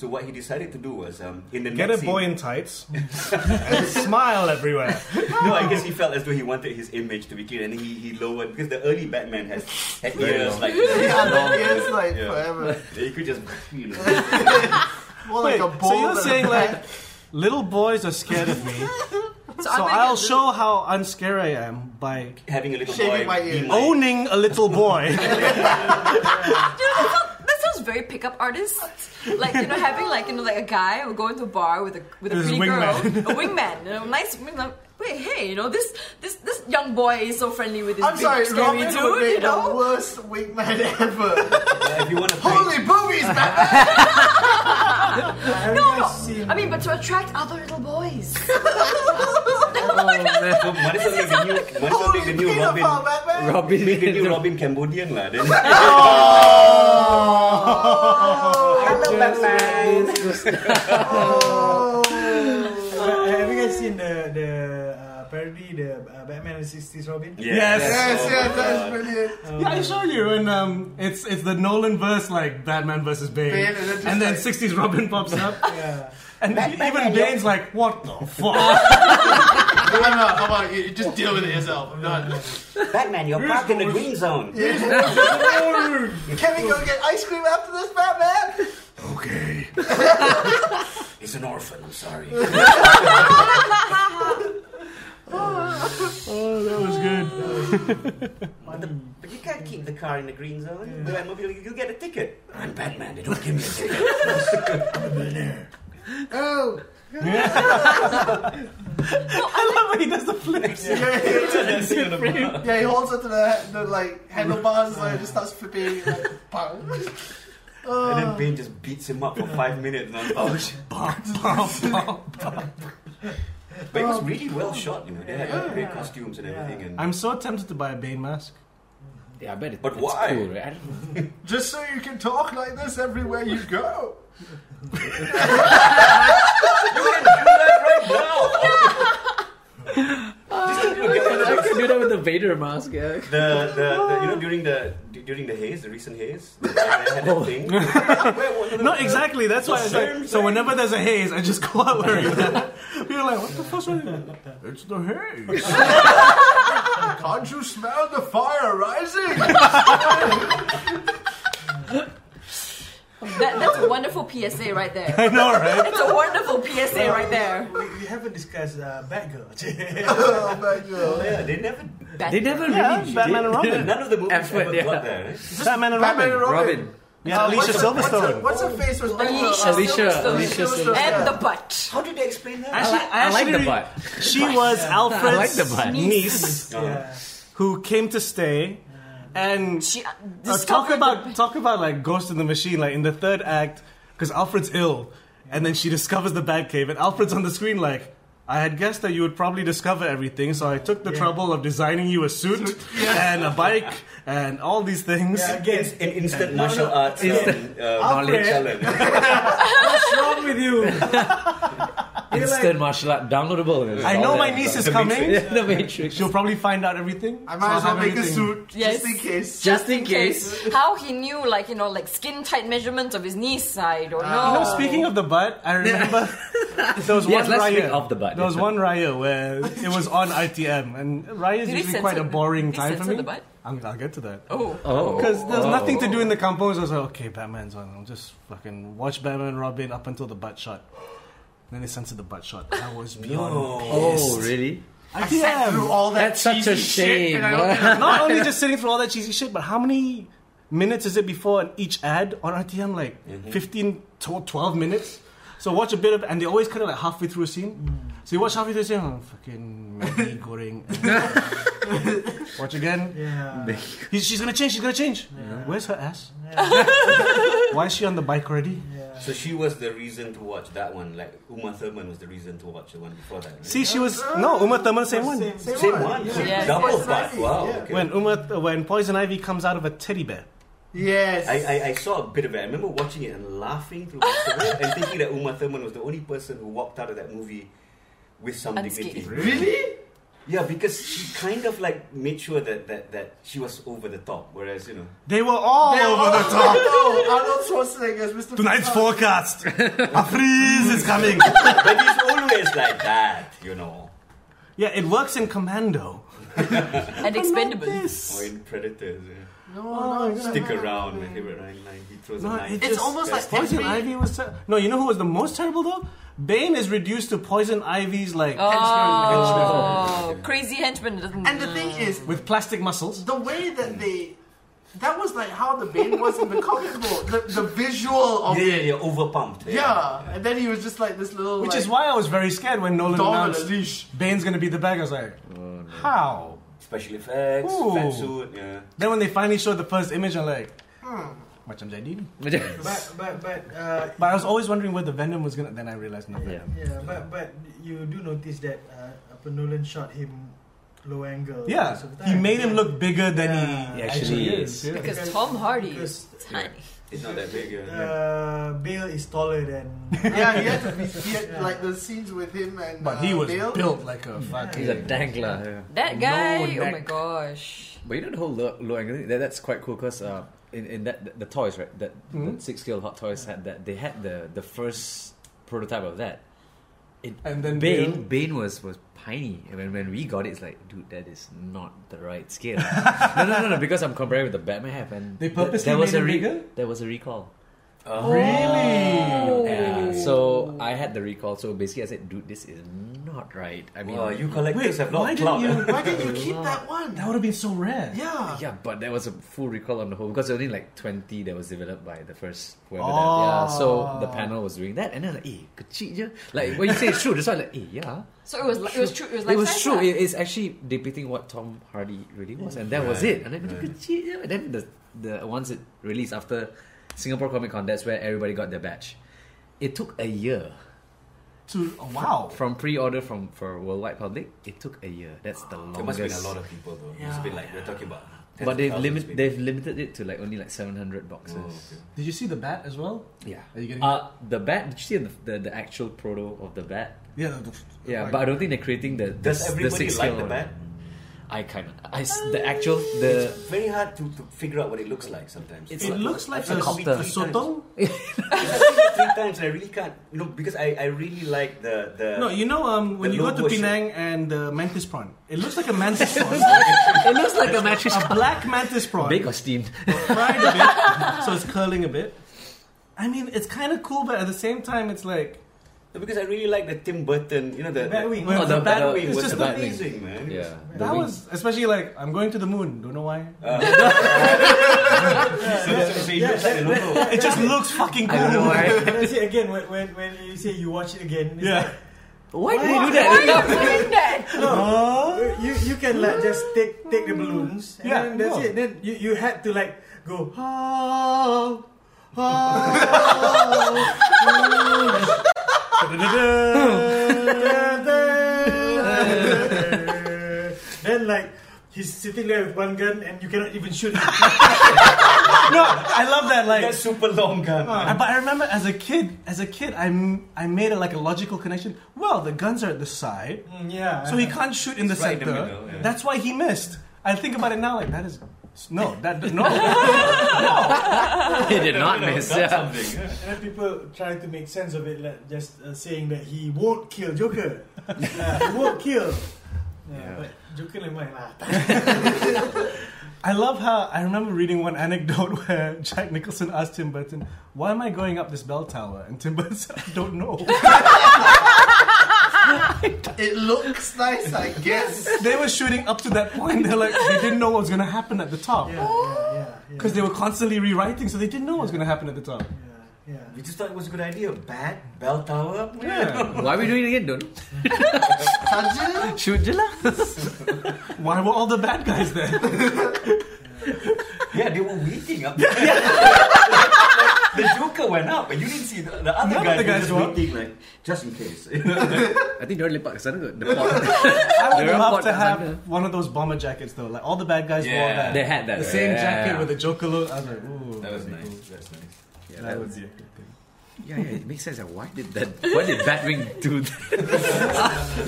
S6: So what he decided to do was um, in the
S4: Get a
S6: next
S4: boy
S6: scene,
S4: in tights and smile everywhere.
S6: no, I
S4: (laughs)
S6: guess he felt as though he wanted his image to be clean, and he, he lowered because the early Batman has had ears like
S2: (laughs) Yeah, that is like
S6: Yeah.
S2: forever. (laughs)
S6: you could just you know
S2: More
S4: Wait,
S2: like a bowl
S4: so you're
S2: than a
S4: saying
S2: bag.
S4: like little boys are scared of me,
S5: (laughs)
S4: so
S5: So, I'm gonna
S4: I'll
S5: get-
S4: show how unscared I am by
S6: Having a little
S2: Shaving my
S6: boy. be
S2: ears. Oh,
S4: owning a little boy. (laughs)
S5: You know, that, sounds, that sounds very pickup artist. Like you know, having like you know, like a guy who go into a bar with a with a
S4: This
S5: pretty
S4: wingman.
S5: girl, a wingman, you know, nice. You know, wait, hey, you know this this this young boy is so friendly with this
S2: I'm
S5: big,
S2: sorry,
S5: scary
S2: Robin would
S5: dude.
S2: make
S5: You know,
S2: the worst wingman (laughs) ever.
S6: Yeah, if you want to (laughs)
S2: Holy boobies, man!
S7: Have
S5: no,
S7: you
S5: no.
S7: guys seen-
S5: I mean, but to attract other little boys.
S6: So might as well make the new, might as well
S2: Holy
S6: make the new
S2: pedophile,
S6: Robin.
S2: Batman!
S3: Robin
S6: Make
S4: (laughs)
S6: the new Robin Cambodian lah. Then
S2: Hello, Batman!
S7: Uh, have you guys seen the the uh, parody the uh, Batman and sixties Robin?
S4: Yes.
S2: Yes,
S6: Oh,
S2: yes, that's
S6: God.
S2: brilliant.
S4: Yeah, I showed you, and um, it's it's the Nolan verse, like Batman versus Bane,
S2: Bane, and then just
S4: and then
S2: like-
S4: '60s Robin pops up,
S7: (laughs) Yeah.
S4: and even Bane's like, "What the fuck?"
S2: I'm not. Come on, you just deal with it yourself. I'm done.
S6: Batman, you're parked in the green zone.
S2: Can we go get ice cream after this, Batman?
S6: Okay. He's an orphan. I'm sorry.
S4: oh, that was good.
S6: But, the, (laughs) but you can't keep the car in the green zone. The automobile, you get a ticket. I'm Batman. They don't give me a (laughs) ticket.
S2: Oh,
S4: I love when he does the flips.
S2: yeah, yeah,
S6: That's the
S4: (laughs)
S2: yeah. (laughs) yeah. He holds onto the, the like handlebars and just starts flipping. Like, bang.
S6: And then Bane just beats him up for five minutes non-stop. But it was really well shot, you know. They had great costumes and everything. And (laughs)
S4: I'm so tempted to buy a Bane mask.
S3: Yeah, I bet it,
S6: But
S3: it's
S6: why?
S3: cool, right? I don't know.
S2: Just so you can talk like this everywhere you go.
S3: (laughs) I could do that with the Vader mask, yeah.
S6: the, the, the you know during the d- during the haze, the recent haze, they had that thing.
S4: No, exactly. That's why. I was like,
S6: Same
S4: so
S6: thing.
S4: whenever there's a haze, I just go out wearing that. You're like, "What the fuck's wrong with that?" It's the haze.
S2: Can't you smell the fire rising? (laughs)
S5: that, that's a wonderful PSA right there.
S4: (laughs) I know, right?
S5: It's a wonderful PSA right there.
S7: We, we haven't discussed uh, Batgirl. (laughs)
S2: oh my god.
S6: yeah, they never.
S3: They never
S4: Yeah,
S3: really
S4: Batman
S3: did.
S4: and Robin.
S6: None of the movies
S3: Effort,
S6: ever
S3: yeah.
S6: got there. eh? Right?
S4: Batman and
S2: Batman
S4: Robin.
S2: and Robin.
S3: Robin.
S4: Yeah, Alicia
S2: What's her- what's her-
S4: Silverstone.
S2: What's her face was like?
S5: Alicia,
S3: Alicia,
S5: Silverstone.
S3: Alicia
S2: Silverstone.
S5: and the butt.
S6: How did they explain that?
S4: Actually,
S3: I like the
S4: actually-
S3: butt.
S4: She was Alfred's
S3: I like the butt.
S4: niece
S7: yeah.
S4: who came to stay, and
S5: She uh,
S4: uh, talk
S5: discovered
S4: about talk about like Ghost in the Machine, like in the third act, because Alfred's ill, and then she (laughs) discovers the Batcave, and Alfred's on the screen like. I had guessed that you would probably discover everything, so I took the trouble of designing you a suit and a bike and all these things.
S7: Yeah.
S6: Again, in instant martial arts and, uh,
S7: Alfred.
S6: talent.
S7: What's wrong with you?
S3: Instant martial art, downloadable.
S4: I know my niece is coming.
S3: (laughs) Yeah, the Matrix.
S4: She'll probably find out everything.
S2: I
S4: so
S2: might
S4: I'll
S2: as well
S4: have
S2: make a
S4: everything.
S2: suit
S5: Yes.
S2: just in case.
S3: Just in case.
S5: how he knew like you know like skin tight measurements of his knee side or
S4: You
S5: no
S4: know, speaking of the butt, I
S3: (laughs)
S4: remember (laughs) there was
S3: Yes,
S4: one
S3: Oh. let's speak
S4: Raya.
S3: of the butt.
S4: There was
S3: Yes.
S4: one Raya where it was on ITM, and Raya is
S5: Did he
S4: usually quite a
S5: censor-
S4: boring
S5: did he
S4: time for
S5: censor
S4: me.
S5: the butt?
S4: I'm, I'll get to that.
S5: oh
S3: Oh.
S4: Because there's nothing to do in the compound, so I was like, okay, Batman's on. I'll just fucking watch Batman and Robin up until the butt shot. Then they censored the butt shot. I was beyond.
S3: Oh, really?
S2: I sat through all that
S3: That's such a
S2: cheesy shit
S3: shame.
S2: and I don't think I-
S4: (laughs) Not only just sitting through all that cheesy shit, but how many minutes is it before each ad on RTM? Like 15 to 12 minutes? So watch a bit of and they always cut it like halfway through a scene. So you watch halfway through a scene, oh, fucking (laughs) Maggie Goring. watch again.
S7: Yeah.
S4: He's, she's gonna change, she's gonna change. Where's her ass? (laughs) Why is she on the bike already?
S6: So she was the reason to watch that one. Like Uma Thurman was the reason to watch the one before that. right?
S4: See, she was. No, Uma Thurman, same one.
S7: Same, same
S6: Same one.
S5: Yes.
S6: Double
S2: Yes.
S6: part. Wow.
S2: Yeah.
S6: Okay.
S4: When Uma, when Poison Ivy comes out of a teddy bear.
S2: Yes.
S6: I, I, I saw a bit of it. I remember watching it and laughing through most of it and thinking that Uma Thurman was the only person who walked out of that movie with some
S5: Unscathed.
S6: dignity.
S2: really?
S6: Yeah, because she kind of like made sure that, that, that she was over the top, whereas
S2: (laughs)
S6: you know.
S4: They were all over the top.
S2: No, Arnold Schwarzenegger as Mr.
S4: Tonight's
S2: Facade.
S4: forecast. (laughs) A freeze is coming.
S6: But he's always like that, you know.
S4: Yeah, it works in Commando.
S5: and Expendables.
S6: Or in Predators. Yeah.
S2: No,
S4: Oh,
S2: no,
S4: yeah.
S6: Stick around, my favorite line. line. He throws
S4: No,
S6: a knife.
S4: it
S5: It's
S4: just-
S5: almost like
S4: Poison
S5: every-
S4: Ivy was ter- no. You know who was the most terrible though? Bane is reduced to Poison Ivy's like
S5: Oh,
S6: Henchman.
S5: crazy henchman. doesn't-
S2: And the thing is,
S4: with plastic muscles.
S2: the way that they. That was like how the Bane was in the comic book. The, the visual of.
S6: yeah, yeah, yeah, overpumped.
S2: Yeah. and then he was just like this little.
S4: Which
S2: like,
S4: is why I was very scared when Nolan
S2: Dog on a
S4: announced
S2: leash.
S4: Bane's gonna be the bad guy. I was like,
S3: Oh,
S4: how?
S6: Special effects,
S4: Ooh.
S6: fat suit. Yeah.
S4: Then when they finally showed the first image, I'm like, macam jadi ni.
S7: But but but uh,
S4: But I was always wondering where the Venom was gonna. Then I realized nothing.
S3: Yeah.
S7: yeah, but but you do notice that uh, apa, Nolan shot him low angle.
S4: Yeah,
S7: most of the
S4: he
S7: time.
S4: made him look bigger than he,
S7: Yeah. He
S3: actually is.
S4: yeah.
S5: Because Tom Hardy
S7: Because-
S5: is tiny.
S6: It's not that big. Yeah.
S7: Uh, Bale is taller than. (laughs)
S2: Yeah, he had to be. He had, like the scenes with him and.
S4: But
S2: uh,
S4: he was
S2: Bale.
S4: built like a
S3: (laughs) He's
S4: fucking.
S3: a dangler. Yeah.
S5: That guy, oh my
S4: neck.
S5: gosh.
S3: But you know the whole low, low angle thing? That, that's quite cool because uh, in, in that the, the toys right that
S4: Mhm.
S3: the six scale hot toys had that they had the the first prototype of that. It,
S4: And then
S3: Bane
S4: Bill-
S3: Bane was was tiny. And when when we got it, it's like dude that is not the right
S4: (laughs)
S3: scale. no no no no because I'm comparing with the Batman half and
S4: They
S3: th-
S4: purposely
S3: there was
S4: made
S3: a
S4: him bigger?
S3: There was a recall.
S6: Oh.
S3: Oh.
S4: Really?
S3: Yeah. So I had the recall. So basically, I said, "Dude, this is not right." I mean,
S6: Wow, you collectors
S4: Wait,
S6: have not
S4: why
S6: clout.
S4: didn't you?
S2: (laughs)
S6: eh?
S2: Why didn't you keep that one?
S4: That would have been so rare.
S2: Yeah.
S3: yeah, but there was a full recall on the whole because there were only like twenty that was developed by the first
S4: Oh.
S3: whoever. That, yeah, so
S4: Ah.
S3: the panel was doing that, and then like, eh, kecil je. Like when you say it's true, that's why like, eh, yeah,
S5: So it was, li- it was true. It was,
S3: it was
S5: life-size,
S3: true.
S5: lah.
S3: It, it's actually depicting what Tom Hardy really was, and that was
S6: Right,
S3: it. And then
S6: right.
S3: kecil je. And then the the once it released after Singapore Comic Con, that's where everybody got their badge. It took a year
S4: To oh, wow.
S3: from pre-order from for worldwide public. It took a year. That's the longest.
S6: There must have been a lot of people though. It must be like we're talking about. tens
S3: But
S6: of
S3: they've
S6: thousands
S3: limit
S6: maybe.
S3: they've limited it to like only like seven hundred
S6: Oh,
S3: boxes.
S6: okay.
S4: Did you see the bat as well?
S3: Yeah.
S4: Are you getting
S3: Uh, the bat. Did you see the, the, the actual proto of the bat?
S4: Yeah. The, the-
S3: Yeah,
S4: like-
S3: but I don't think they're creating the. the
S6: Does
S3: s- the
S6: everybody
S3: six
S6: like
S3: scale
S6: the
S3: one.
S6: bat?
S3: I kind of. I s- the actual
S6: It's
S3: the.
S6: very hard to, to figure out what it looks like sometimes.
S3: It's
S4: it looks like
S6: I've
S4: a,
S6: seen
S4: a
S6: it three times.
S4: sotong.
S6: I've seen it three times and I really can't. You know, because I, I really like the the.
S4: No, you know um, when
S6: The
S4: you go to
S6: logo shape.
S4: Penang and uh, mantis prawn, it looks like a mantis prawn,
S3: it looks
S6: (laughs)
S3: like a mattress.
S4: a black mantis prawn,
S3: Big or steamed?
S4: fried a bit, so it's curling a bit. I mean, it's kind of cool, but at the same time, it's like
S6: No, because I really like the Tim Burton. You know the
S4: Bat
S6: the-
S4: wing.
S6: Oh, the
S3: the-
S6: bat
S3: the-
S6: wing
S4: it's
S6: was
S4: just
S3: the bat wing.
S6: amazing, man. It was-
S3: Yeah. The
S4: that
S3: wing-
S4: was especially like I'm going to the moon. Don't know why. (laughs)
S6: So that's- so it looks like a logo.
S4: It just looks fucking cool.
S3: I don't know why.
S7: When I say again, when, when, when you say you watch it again, it's
S6: (laughs)
S4: Yeah.
S3: Why did
S5: Why
S3: you do (laughs)
S5: are you
S3: that?
S5: doing that?
S4: Oh.
S7: like, you you can like just take take the balloons. And
S4: Yeah,
S7: then that's
S4: no.
S7: it. Then you, you had to like go. Oh, (laughs) then like he's sitting there with one gun and you cannot even shoot. him.
S4: No, I love that. Like,
S6: That super long gun.
S4: I- but I remember as a kid, as a kid, I m- I made a, like a logical connection. Well, the guns are at the side,
S7: (laughs) Mm, yeah.
S4: so he can't shoot in the
S6: Right in the
S4: center.
S6: middle, yeah.
S4: That's why he missed. I think about it now, like that is no, that no, no.
S3: (laughs) He did not
S6: You know,
S3: miss.
S6: that's
S3: Yeah.
S6: something. yeah.
S7: And then people try to make sense of it, like just uh, saying that he won't kill Joker. (laughs) Uh, he won't kill. Yeah, But Joker like mine lah.
S4: I love how I remember reading one anecdote (laughs) where Jack Nicholson asked Tim Burton, "Why am I going up this bell tower?" And Tim Burton said, "I don't know."
S2: It looks nice, I guess.
S4: they were shooting up to that point. They're like they didn't know what was going to happen at the top
S7: Yeah, yeah, yeah.
S4: because they were constantly rewriting, so they didn't know what was going to happen at the top.
S7: yeah, yeah. (laughs)
S6: We just thought it was a good idea. Bat, bell tower.
S4: (laughs) Yeah.
S3: Why are we doing it again, don't?
S2: Sajid?
S3: Shoot je lah.
S4: Why were all the bad guys (laughs) there?
S6: (laughs) Yeah, they were waiting up there. (laughs) the Joker went up, but you didn't see the, the other
S4: None of
S6: guy
S4: the
S6: was
S4: guys
S6: just
S4: were up.
S6: waiting, like, just in case. (laughs)
S3: I think don't lepak ke sana kot. The
S4: I
S3: pot.
S4: would
S3: They're
S4: love
S3: hot
S4: to
S3: as
S4: have
S3: under.
S4: one of those bomber jackets though. Like all the bad guys wore
S6: Yeah.
S4: that.
S3: They had that.
S4: the
S3: right?
S4: same
S3: Yeah,
S4: jacket
S3: yeah.
S4: with the Joker look. I was like, ooh,
S6: that was
S4: that'd be
S6: nice.
S4: cool.
S6: That's nice.
S3: Yeah,
S4: That
S3: that
S4: was
S3: was-
S4: it.
S3: Yeah, yeah, it makes sense. Like, why did that? Why did Batwing do that?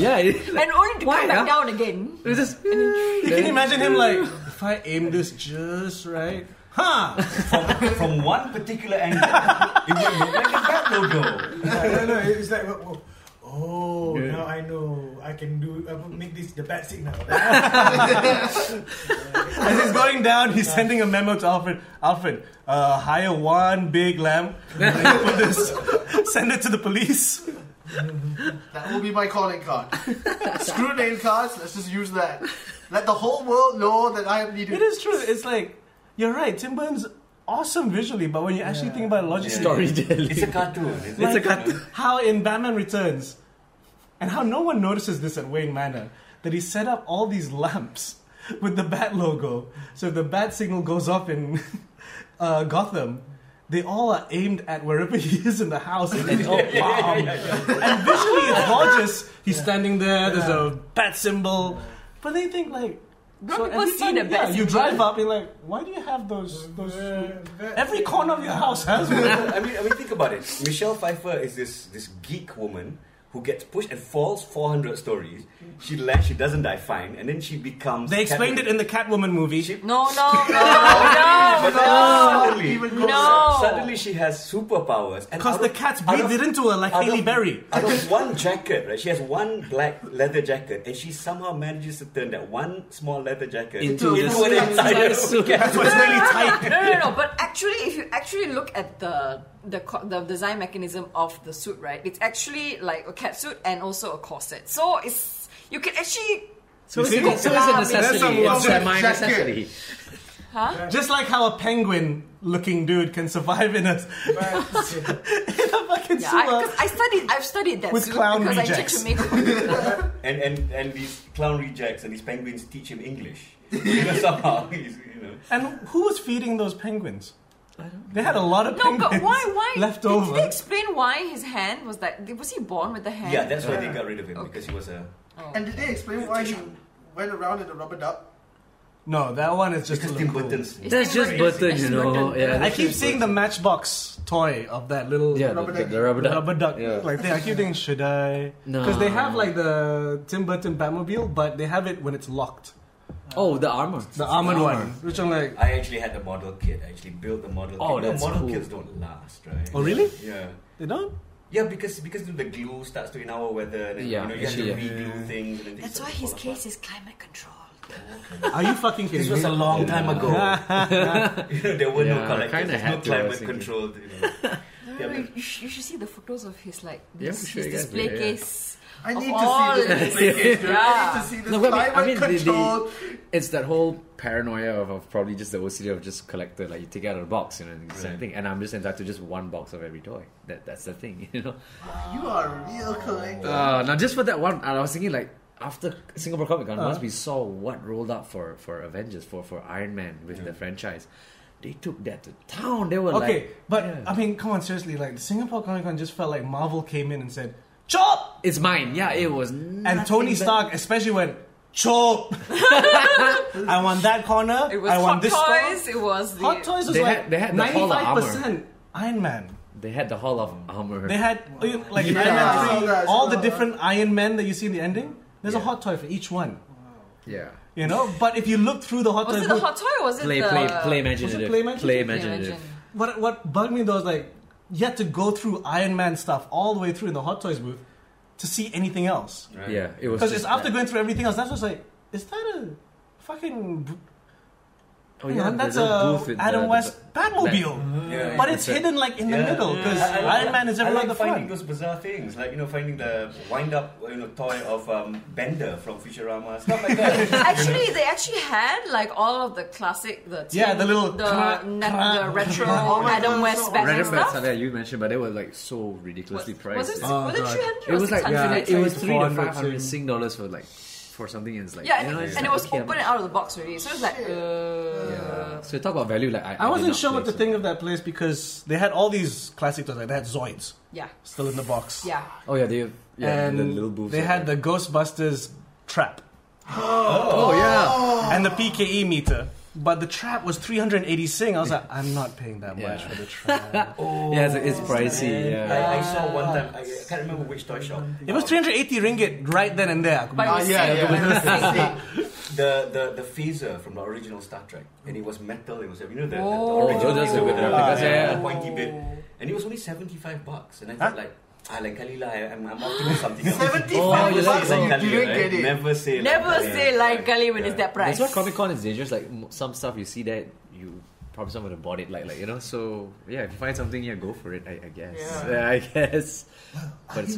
S3: yeah, it,
S5: And only to
S3: Why,
S5: come back
S3: huh?
S5: down again.
S3: it was just.
S4: You can imagine him like, if I aim this just right, huh? (laughs)
S6: From, from (laughs) one particular angle, it would look like a bat logo.
S7: no, no, it's like, oh, oh, Oh,
S3: Yeah.
S7: now I know. I can do. I will make this the bad signal.
S4: As he's going down, he's sending a memo to Alfred. Alfred, uh, hire one big lamb. for this. (laughs) Send it to the police.
S2: That will be my calling
S3: (laughs)
S2: card. Screw name cards. Let's just use that. Let the whole world know that I am
S4: It
S3: (laughs)
S2: needed.
S4: is true. It's like you're right. Tim Burns awesome visually, but when you actually think about it logically,
S3: Storytelling.
S6: It's a cartoon. It's
S4: like how in Batman Returns, and how no one notices this at Wayne Manor, that he set up all these lamps (laughs) with the bat logo. So if the bat signal goes off in (laughs) uh, Gotham, they all are aimed at wherever (laughs) he is in the house. And, then, oh, wow. and visually, it's gorgeous. He's standing there. There's a bat symbol, but they think like.
S5: Don't
S4: so
S5: people
S4: every
S5: see
S4: time-
S5: the bat
S4: yeah, You
S5: symbol?
S4: drive up, you're like, why do you have those? those every corner of your house has one.
S6: I mean, I mean, think about it. Michelle Pfeiffer is this this geek woman who gets pushed and falls 400 stories. She lands, she doesn't die, fine, and then she becomes.
S4: They explained it in the Catwoman movie.
S5: No, no, no,
S6: But then
S5: no,
S6: suddenly,
S2: Even
S5: no, no.
S6: suddenly she has superpowers. and
S4: Because
S6: out
S4: the
S6: of-
S4: cats
S6: out
S4: breathed
S6: of-
S4: into her like
S6: out
S4: Haley
S6: of-
S4: Berry.
S6: Out of one jacket, right? She has one black leather jacket, and she somehow manages to turn that one small leather jacket
S3: (laughs) Into
S2: the
S6: an
S2: suit.
S3: (laughs)
S6: entire
S3: Suit.
S6: cat.
S4: That's why it's really tight.
S5: no, no, no. But actually, if you actually look at the the co- the design mechanism of the suit, right? It's actually like a cat suit and also a corset. So it's you can actually
S3: So it's,
S4: You see?
S3: so it's a necessity.
S4: That's a
S3: It's a my
S2: jacket.
S3: necessity.
S4: Just like how a penguin-looking dude can survive in a, (laughs)
S7: But-
S4: in a fucking
S5: yeah. I,
S4: sewer.
S5: cause I studied I've studied that
S4: uh, With
S5: suit
S4: clown
S5: because
S4: rejects.
S5: I checked Jamaica.
S6: And, and, and these clown rejects and these penguins teach him English. (laughs) You know, somehow, he's, you know.
S4: And who was feeding those penguins? They had a lot of
S5: no,
S4: penguins (laughs)
S5: but why? Why
S4: left
S5: did,
S4: over.
S5: Did they explain why his hand was that? Was he born with the hand?
S6: Yeah, that's why they got rid of him because he was a.
S5: Oh.
S2: And did they explain why he went around in a rubber duck?
S4: No, that one is just
S6: Because
S4: a
S6: Tim
S4: little cool.
S6: Burton's.
S5: It's
S3: That's
S5: Tim
S3: just
S5: Burton.
S3: Burton,
S5: It's
S3: you know.
S5: Burton.
S3: Yeah,
S4: I
S3: that's
S4: keep
S3: just
S4: seeing the
S3: Burton.
S4: Matchbox toy of that little
S3: Yeah,
S2: rubber
S3: the, the,
S2: duck.
S3: the rubber duck.
S4: rubber duck.
S3: Yeah.
S4: Like they, I keep thinking, should I?
S3: No.
S4: Because they have like the Tim Burton Batmobile, but they have it when it's locked.
S3: Oh, the armor.
S4: The armored
S3: armor.
S4: one, which I'm like,
S6: I actually had the model kit. I actually built the model
S3: Oh,
S6: kit. No,
S3: that's
S6: model
S3: cool.
S6: kits don't last, right?
S4: Oh, really?
S6: Yeah.
S4: they don't.
S6: Yeah, because because the glue starts to in our weather, and then,
S3: Yeah,
S6: you know you have to
S3: actually, yeah.
S6: re-glue things. And then things
S5: That's why
S6: start to
S5: his
S6: fall
S5: case is climate control.
S4: Are you fucking kidding
S6: This
S4: me?
S6: was a long
S3: (laughs)
S6: time ago. (laughs) you know, there were no
S3: Yeah,
S6: collectors,
S3: kinda
S6: there's no
S3: had to, I was
S6: climate
S3: thinking.
S6: control. You
S3: (laughs)
S6: know.
S5: No,
S6: Yeah,
S5: no,
S6: but-
S5: you, sh- you should see the photos of his like
S3: Yeah,
S5: this,
S3: we should,
S5: his
S3: yeah,
S5: display
S3: yeah.
S5: case.
S2: I
S5: Of
S2: need
S5: all
S2: to see
S5: these
S2: this. dude. I
S5: (laughs) Yeah.
S2: need to see this
S3: No, but I mean- I
S2: climate
S3: mean, they- they-
S2: control.
S3: It's that whole paranoia of, of probably just the OCD of just collector, like you take it out of the box, you know, and it's the same
S6: Right.
S3: thing. And I'm just entitled to just one box of every toy. That that's the thing, (laughs) you know.
S2: You are a real collector.
S3: Uh, now just for that one, I was thinking like after Singapore Comic Con, once
S4: Uh-huh.
S3: we saw what rolled up for for Avengers, for for Iron Man with the franchise, they took that to town. They were
S4: Okay,
S3: like,
S4: but
S3: yeah.
S4: I mean, come on, seriously, like Singapore Comic Con just felt like Marvel came in and said, "Chop,"
S3: it's mine. Yeah, it was.
S4: and Tony Stark especially went,
S5: (laughs)
S4: "Chop." I want that corner.
S5: It was
S4: I
S5: hot
S4: want this
S5: toys.
S4: corner.
S5: It was the
S4: Hot Toys was
S3: They
S4: like
S3: had- they had the Hall of
S4: ninety-five
S3: Armor.
S4: percent Iron Man.
S3: They had the Hall of Armor.
S4: They had uh, you- like
S3: Yeah.
S4: Iron
S2: Yeah, I
S4: Man
S2: saw
S4: 3,
S2: that, I saw
S4: all the
S2: that.
S4: different Iron Men that you see in the ending. There's a
S3: Yeah.
S4: hot toy for each one.
S3: yeah.
S4: You know, but if you look through the hot
S5: was
S4: toys,
S5: it the
S4: booth-
S5: hot toy or was it
S3: Play,
S5: the
S3: play, play imaginative.
S4: Play imaginative?
S3: Play
S5: Play
S3: imaginative. (laughs)
S5: imagine.
S4: What what bugged me though is like you had to go through Iron Man stuff all the way through in the Hot Toys booth to see anything else.
S6: Right.
S3: Yeah, it was.
S4: Because it's
S3: just-
S4: after going through everything else, that's just like, is that a fucking? b-
S3: Oh
S4: hang
S3: yeah,
S4: on, that's
S3: there's
S4: a
S3: booth with
S4: Adam
S3: the- the-
S4: West Batmobile,
S6: Yeah,
S4: but
S6: yeah.
S4: it's hidden like in the
S6: Yeah.
S4: middle because
S6: I- I like-
S4: Iron Man is
S6: I
S4: everywhere
S6: like
S4: at the
S6: finding
S4: front.
S6: those bizarre things, like you know, finding the wind-up, you know, toy of um, Bender from Futurama, stuff like
S3: (laughs)
S6: that.
S5: Actually, they actually had like all of the classic, the
S4: Yeah, the little
S5: the,
S4: cra-
S5: na-
S4: cra-
S5: the
S4: (laughs)
S5: retro
S2: Oh my
S5: Adam
S2: God,
S5: West
S2: so-
S5: Batman
S3: Random
S5: stuff.
S3: Bats that you mentioned, but they were like so ridiculously
S5: was,
S3: priced.
S5: was it,
S4: Oh,
S5: was it
S4: God.
S5: 300
S3: it
S5: or
S3: was like
S5: 600?
S3: it was
S4: Yeah.
S3: three to
S4: 400
S3: five hundred
S4: sing.
S3: Sing dollars for like for something, and it's like
S5: Yeah,
S3: you know, it's
S5: and it
S3: like,
S5: was
S3: okay, how
S5: open and
S3: much-
S5: out of the box already, so it was like,
S3: Yeah.
S5: uh,
S3: So talk about value. Like I,
S4: I
S3: did
S4: wasn't
S3: not
S4: sure
S3: play,
S4: what to
S3: so-
S4: think of that place because they had all these classic toys. Like they had Zoids
S5: yeah,
S4: still in the box,
S5: yeah.
S3: Oh yeah, they yeah
S4: and
S3: the little booths.
S4: they
S3: are
S4: had
S3: like-
S4: the Ghostbusters
S6: (gasps)
S4: trap.
S3: oh
S4: (gasps)
S3: yeah.
S4: and the PKE meter. But the trap was 380 sing. I was like, I'm not paying that
S3: Yeah.
S4: much (laughs) for the trap.
S3: Yeah, it's, it's pricey. Yeah.
S6: I, I saw one time. I, I can't remember which toy shop.
S4: it was 380 ringgit right then and there.
S5: But
S2: Ah,
S5: you
S2: yeah,
S5: see-
S2: yeah.
S3: (laughs)
S6: The, the the phaser from the original Star Trek, and it was metal. It was you know the, the, the
S5: Oh.
S6: original
S3: Oh, that's a
S6: phaser
S3: good
S6: with the
S3: replica,
S6: yeah,
S3: yeah.
S6: the pointy bit, and it was only seventy five bucks. And I thought like, Ah, lain kali lah. I- I'm, I'm up to do
S5: (laughs)
S6: something else. (laughs)
S3: Oh,
S2: Seventy-five
S3: you like
S2: bucks
S3: it.
S2: and
S6: Lain
S2: you
S6: kali,
S2: didn't
S6: right?
S2: get it.
S6: Never say
S5: Never
S6: like,
S5: say like kali when it's that price.
S3: That's why Comic Con is dangerous. Like m- some stuff you see that you probably someone have bought it. Like like you know. So yeah, if you find something, yeah, go for it. I, I guess.
S2: Yeah.
S3: (laughs) Yeah, I guess. But it's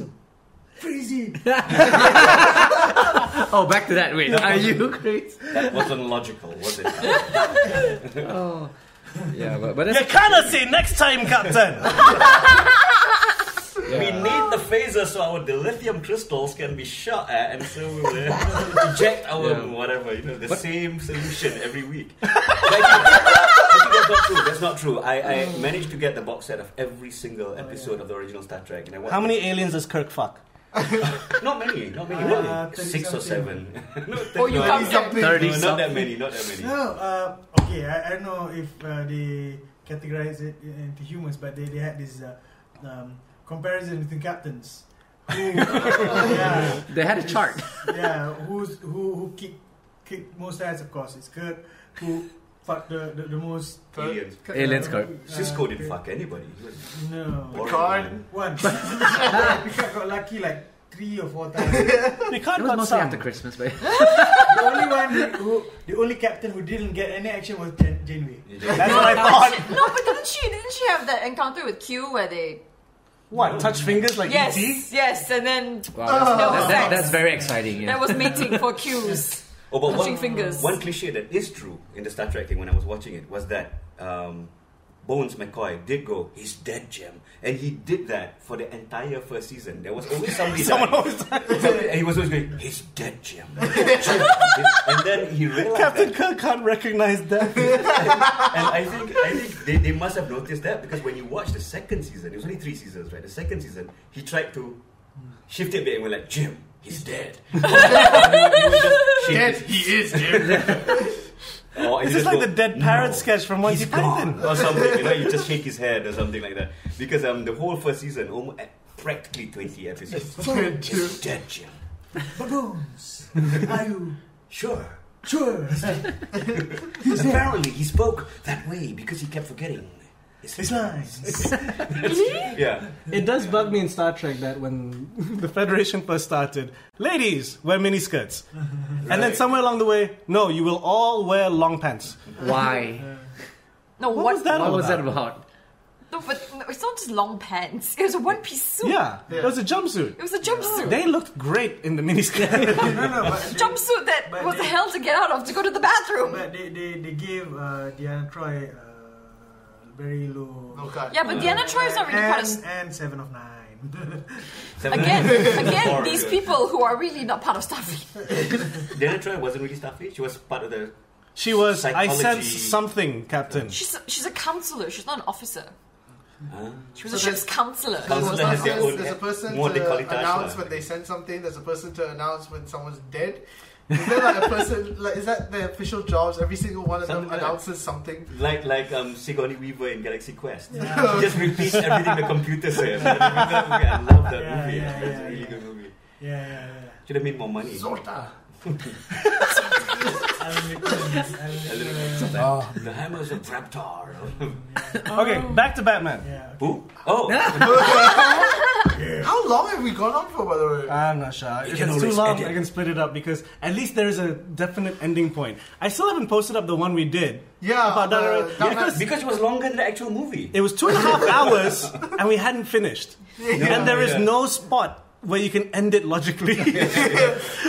S2: Crazy.
S3: (laughs) oh, back to that.
S4: (laughs)
S3: Wait, are you crazy?
S6: That wasn't logical, was it?
S5: (laughs)
S3: Oh, yeah. But but
S4: You
S3: that's,
S4: cannot say next time, Captain.
S6: We
S3: yeah.
S6: need the phaser so our dilithium crystals can be shot at and so we will (laughs) eject our
S3: Yeah.
S6: whatever, you know, the
S3: But-
S6: same solution every week. (laughs) Like, I think that's not true. That's not true. I, I managed to get the box set of every single episode of the original Star Trek. And I watched
S4: How many
S6: it.
S4: aliens does Kirk fuck?
S6: Not many. Not many.
S7: Really?
S6: Not many. Six or (laughs) seven. no,
S5: Oh, you
S6: no,
S5: can't
S6: no,
S5: get-
S2: Something.
S3: Thirty
S6: no, not that
S3: something.
S6: many. Not that many.
S7: No, uh, okay, I, I don't know if uh, they categorize it into humans, but they, they had this uh, um, comparison between captains. Who, uh, yeah,
S3: They had a chart.
S7: yeah, who's who who kick kick most ass? Of course, it's Kirk who fucked the, the, the most. Uh,
S6: Aliens.
S3: Aliens, Kirk.
S6: Cisco didn't fuck anybody. He was
S7: No,
S6: boring
S2: Picard.
S6: man.
S7: one. (laughs) Picard got lucky like three or four times.
S4: We
S3: It
S4: can't
S3: was
S4: got
S3: mostly
S4: some.
S3: after Christmas, but
S7: The only one who, who the only captain who didn't get any action was Jan- Janeway.
S6: You just-
S4: That's what I thought.
S5: no, but didn't she? Didn't she have that encounter with Q where they?
S4: What? Touch fingers like E
S5: Yes,
S4: ET?
S5: yes, and then
S3: (laughs) wow, that's,
S5: No
S3: that- that-
S5: sex.
S3: that's very exciting.
S5: that
S3: Yeah.
S5: was mating
S3: (laughs)
S5: for Q's.
S6: Oh, but
S5: Touching
S6: one,
S5: fingers.
S6: one cliche that is true in the Star Trek thing when I was watching it was that um, Bones McCoy did go, he's dead, Jim. And he did that for the entire first season. There was
S4: (laughs)
S6: always somebody
S4: Someone
S6: dying.
S4: always
S6: Somebody- and (laughs) he was always going, he's
S4: (laughs)
S6: dead, Jim. Jim. and then he realized
S4: Captain
S6: that.
S4: Kirk can't recognize that.
S6: And I think, I think they, they must have noticed that because when you watch the second season, it was only three seasons, right? The second season, he tried to shift it a bit and were like, Jim, he's dead. (laughs) And he would- he would just shake
S2: Dead.
S6: his-
S2: He is Jim.
S6: (laughs) Or
S4: It's
S6: you
S4: just like
S6: go,
S4: the dead parrot
S6: "No,
S4: sketch from Monty
S6: he's gone,"
S4: Python.
S6: or something. You know, you just shake his head or something like that. Because um, the whole first season, almost, practically twenty episodes, is dead Jim.
S7: Baboons, are you
S6: Sure.
S7: sure?
S6: Apparently, he spoke that way because he kept forgetting his,
S7: It's lines.
S6: Yeah.
S4: It does bug me in Star Trek that when (laughs) the Federation first started, ladies wear miniskirts, and then
S6: Right.
S4: somewhere along the way, no, you will all wear long pants.
S3: Why?
S5: No,
S4: What,
S5: one-
S4: was that
S3: (laughs) What
S4: all
S3: was that
S4: about?
S3: about?
S5: No, but no, it's not just long pants. It was a one-piece suit.
S4: Yeah, it was a jumpsuit.
S5: It was a jumpsuit.
S4: They looked great in the miniskirt. (laughs)
S7: no, no, but they,
S5: jumpsuit that
S7: But
S5: was
S7: they-
S5: hell to get out of to go to the bathroom.
S7: but they, they, they gave uh, Deanna Troy uh, very low.
S2: No card.
S5: Yeah, but Deanna Troy is not really part
S7: and,
S5: of.
S7: and seven of nine. (laughs)
S6: Seven-
S5: Again, again,
S6: Four,
S5: these
S6: yeah.
S5: people who are really not part of Starfleet.
S6: Deanna Troy wasn't really stuffy. She was part of the.
S4: she was. I
S6: Psychology.
S4: sense something, Captain.
S5: She's a, she's a counselor. She's not an officer.
S6: Huh?
S5: She was a ship's counselor.
S2: There's a
S6: Counselor has their
S2: person,
S6: own
S2: there's a person
S6: more
S2: to
S6: decolletage
S2: announce
S6: lah.
S2: when they send something. There's a person to announce when someone's dead. Is there like a person? Like, is that their official jobs? Every single one of them
S6: Something like that.
S2: announces something.
S6: Like like um, Sigourney Weaver in Galaxy Quest. She just repeats everything the
S4: (laughs)
S6: computer says. I love that
S7: Yeah,
S6: movie.
S7: yeah,
S6: It's
S7: yeah,
S6: a really
S7: yeah.
S6: good movie.
S7: yeah, yeah, yeah.
S6: Should have made more money.
S2: Zorta.
S7: I'll make sense. I'll make
S6: A little
S7: sense.
S6: bit. Sometimes.
S4: Oh.
S6: The hammers of Raptor.
S4: Okay, back to Batman.
S7: Yeah.
S6: (laughs) Who?
S4: (laughs)
S6: Oh,
S2: How long have we gone on for, by the way?
S4: I'm not sure.
S6: You
S4: If
S6: can
S4: it's too
S6: always
S4: long,
S6: edit.
S4: I can split it up because at least there is a definite ending point. I still haven't posted up the one we did.
S2: Yeah,
S4: about Dark
S2: uh,
S4: Knight-
S2: Dark
S4: because
S2: Knight-
S6: because it was longer than the actual movie.
S4: it was two and a half hours and we hadn't finished, (laughs) and there is
S6: yeah.
S4: no spot where you can end it logically.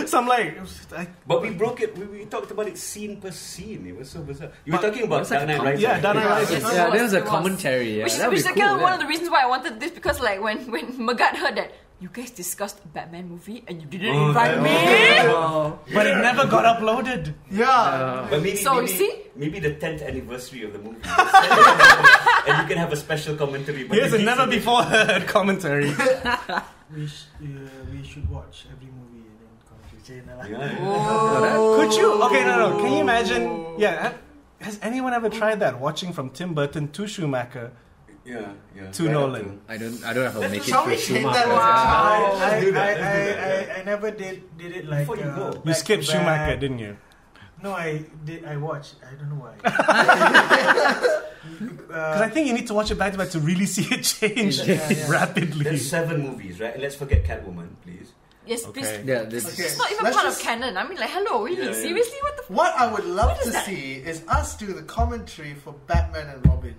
S4: so I'm like, I,
S6: But we broke it. We, we talked about it scene per scene. It was so bizarre. You were
S4: But-
S6: talking about
S3: it's like
S6: Dark Knight
S3: com-
S6: Rises.
S4: yeah, Dark Knight
S5: Yes,
S4: Rises.
S5: it
S3: Yeah, there was a
S5: it
S3: commentary, yeah.
S5: which is,
S3: That would
S5: which
S3: be
S5: is again
S3: cool,
S5: one
S3: yeah.
S5: of the reasons why I wanted this because, like, when when Magat heard that you guys discussed a Batman movie and you didn't
S6: Oh,
S5: invite
S6: that-
S5: me,
S4: but it never got uploaded.
S2: Yeah.
S6: But maybe,
S5: So,
S6: maybe,
S5: you see?
S6: maybe the 10th anniversary of the movie. (laughs) and you can have a special commentary. but
S4: Here's a
S6: you
S4: never
S6: didn't.
S4: before heard commentary.
S7: We, sh- uh, we should watch every movie and then come to China. lah.
S6: Yeah.
S5: Oh.
S4: Could you? Okay, no, no. Can you imagine? Yeah. ha- Has anyone ever tried that? Watching from Tim Burton to Schumacher
S6: Yeah, yeah.
S4: to
S6: Right up
S4: Nolan.
S3: I don't. I don't have a make it
S2: Shall we take
S3: through
S2: that
S3: Schumacher.
S2: as a
S3: yeah.
S2: child?
S7: I, I,
S6: Let's do
S7: I,
S6: that, let's do that,
S7: I, I, I never did did it like
S6: Before you go.
S7: uh,
S6: You
S4: You
S7: back
S4: skipped
S7: to
S4: Schumacher,
S7: back.
S4: didn't you?
S7: No, I did. I watched. I don't know why. uh,
S4: Because I think you need to watch it back to back to really see it (laughs) change
S7: Yeah, yeah.
S4: rapidly.
S6: There's seven movies, right? Let's forget Catwoman, please.
S5: Yes, please.
S3: Yeah, this
S2: Okay.
S5: (laughs) It's not even
S2: Let's
S5: part
S2: just-
S5: of canon. I mean, like, hello, really?
S6: Yeah, yeah.
S5: Seriously? What the f?
S2: What I would love
S5: What is
S2: to
S5: that?
S2: see is us do the commentary for Batman and Robin.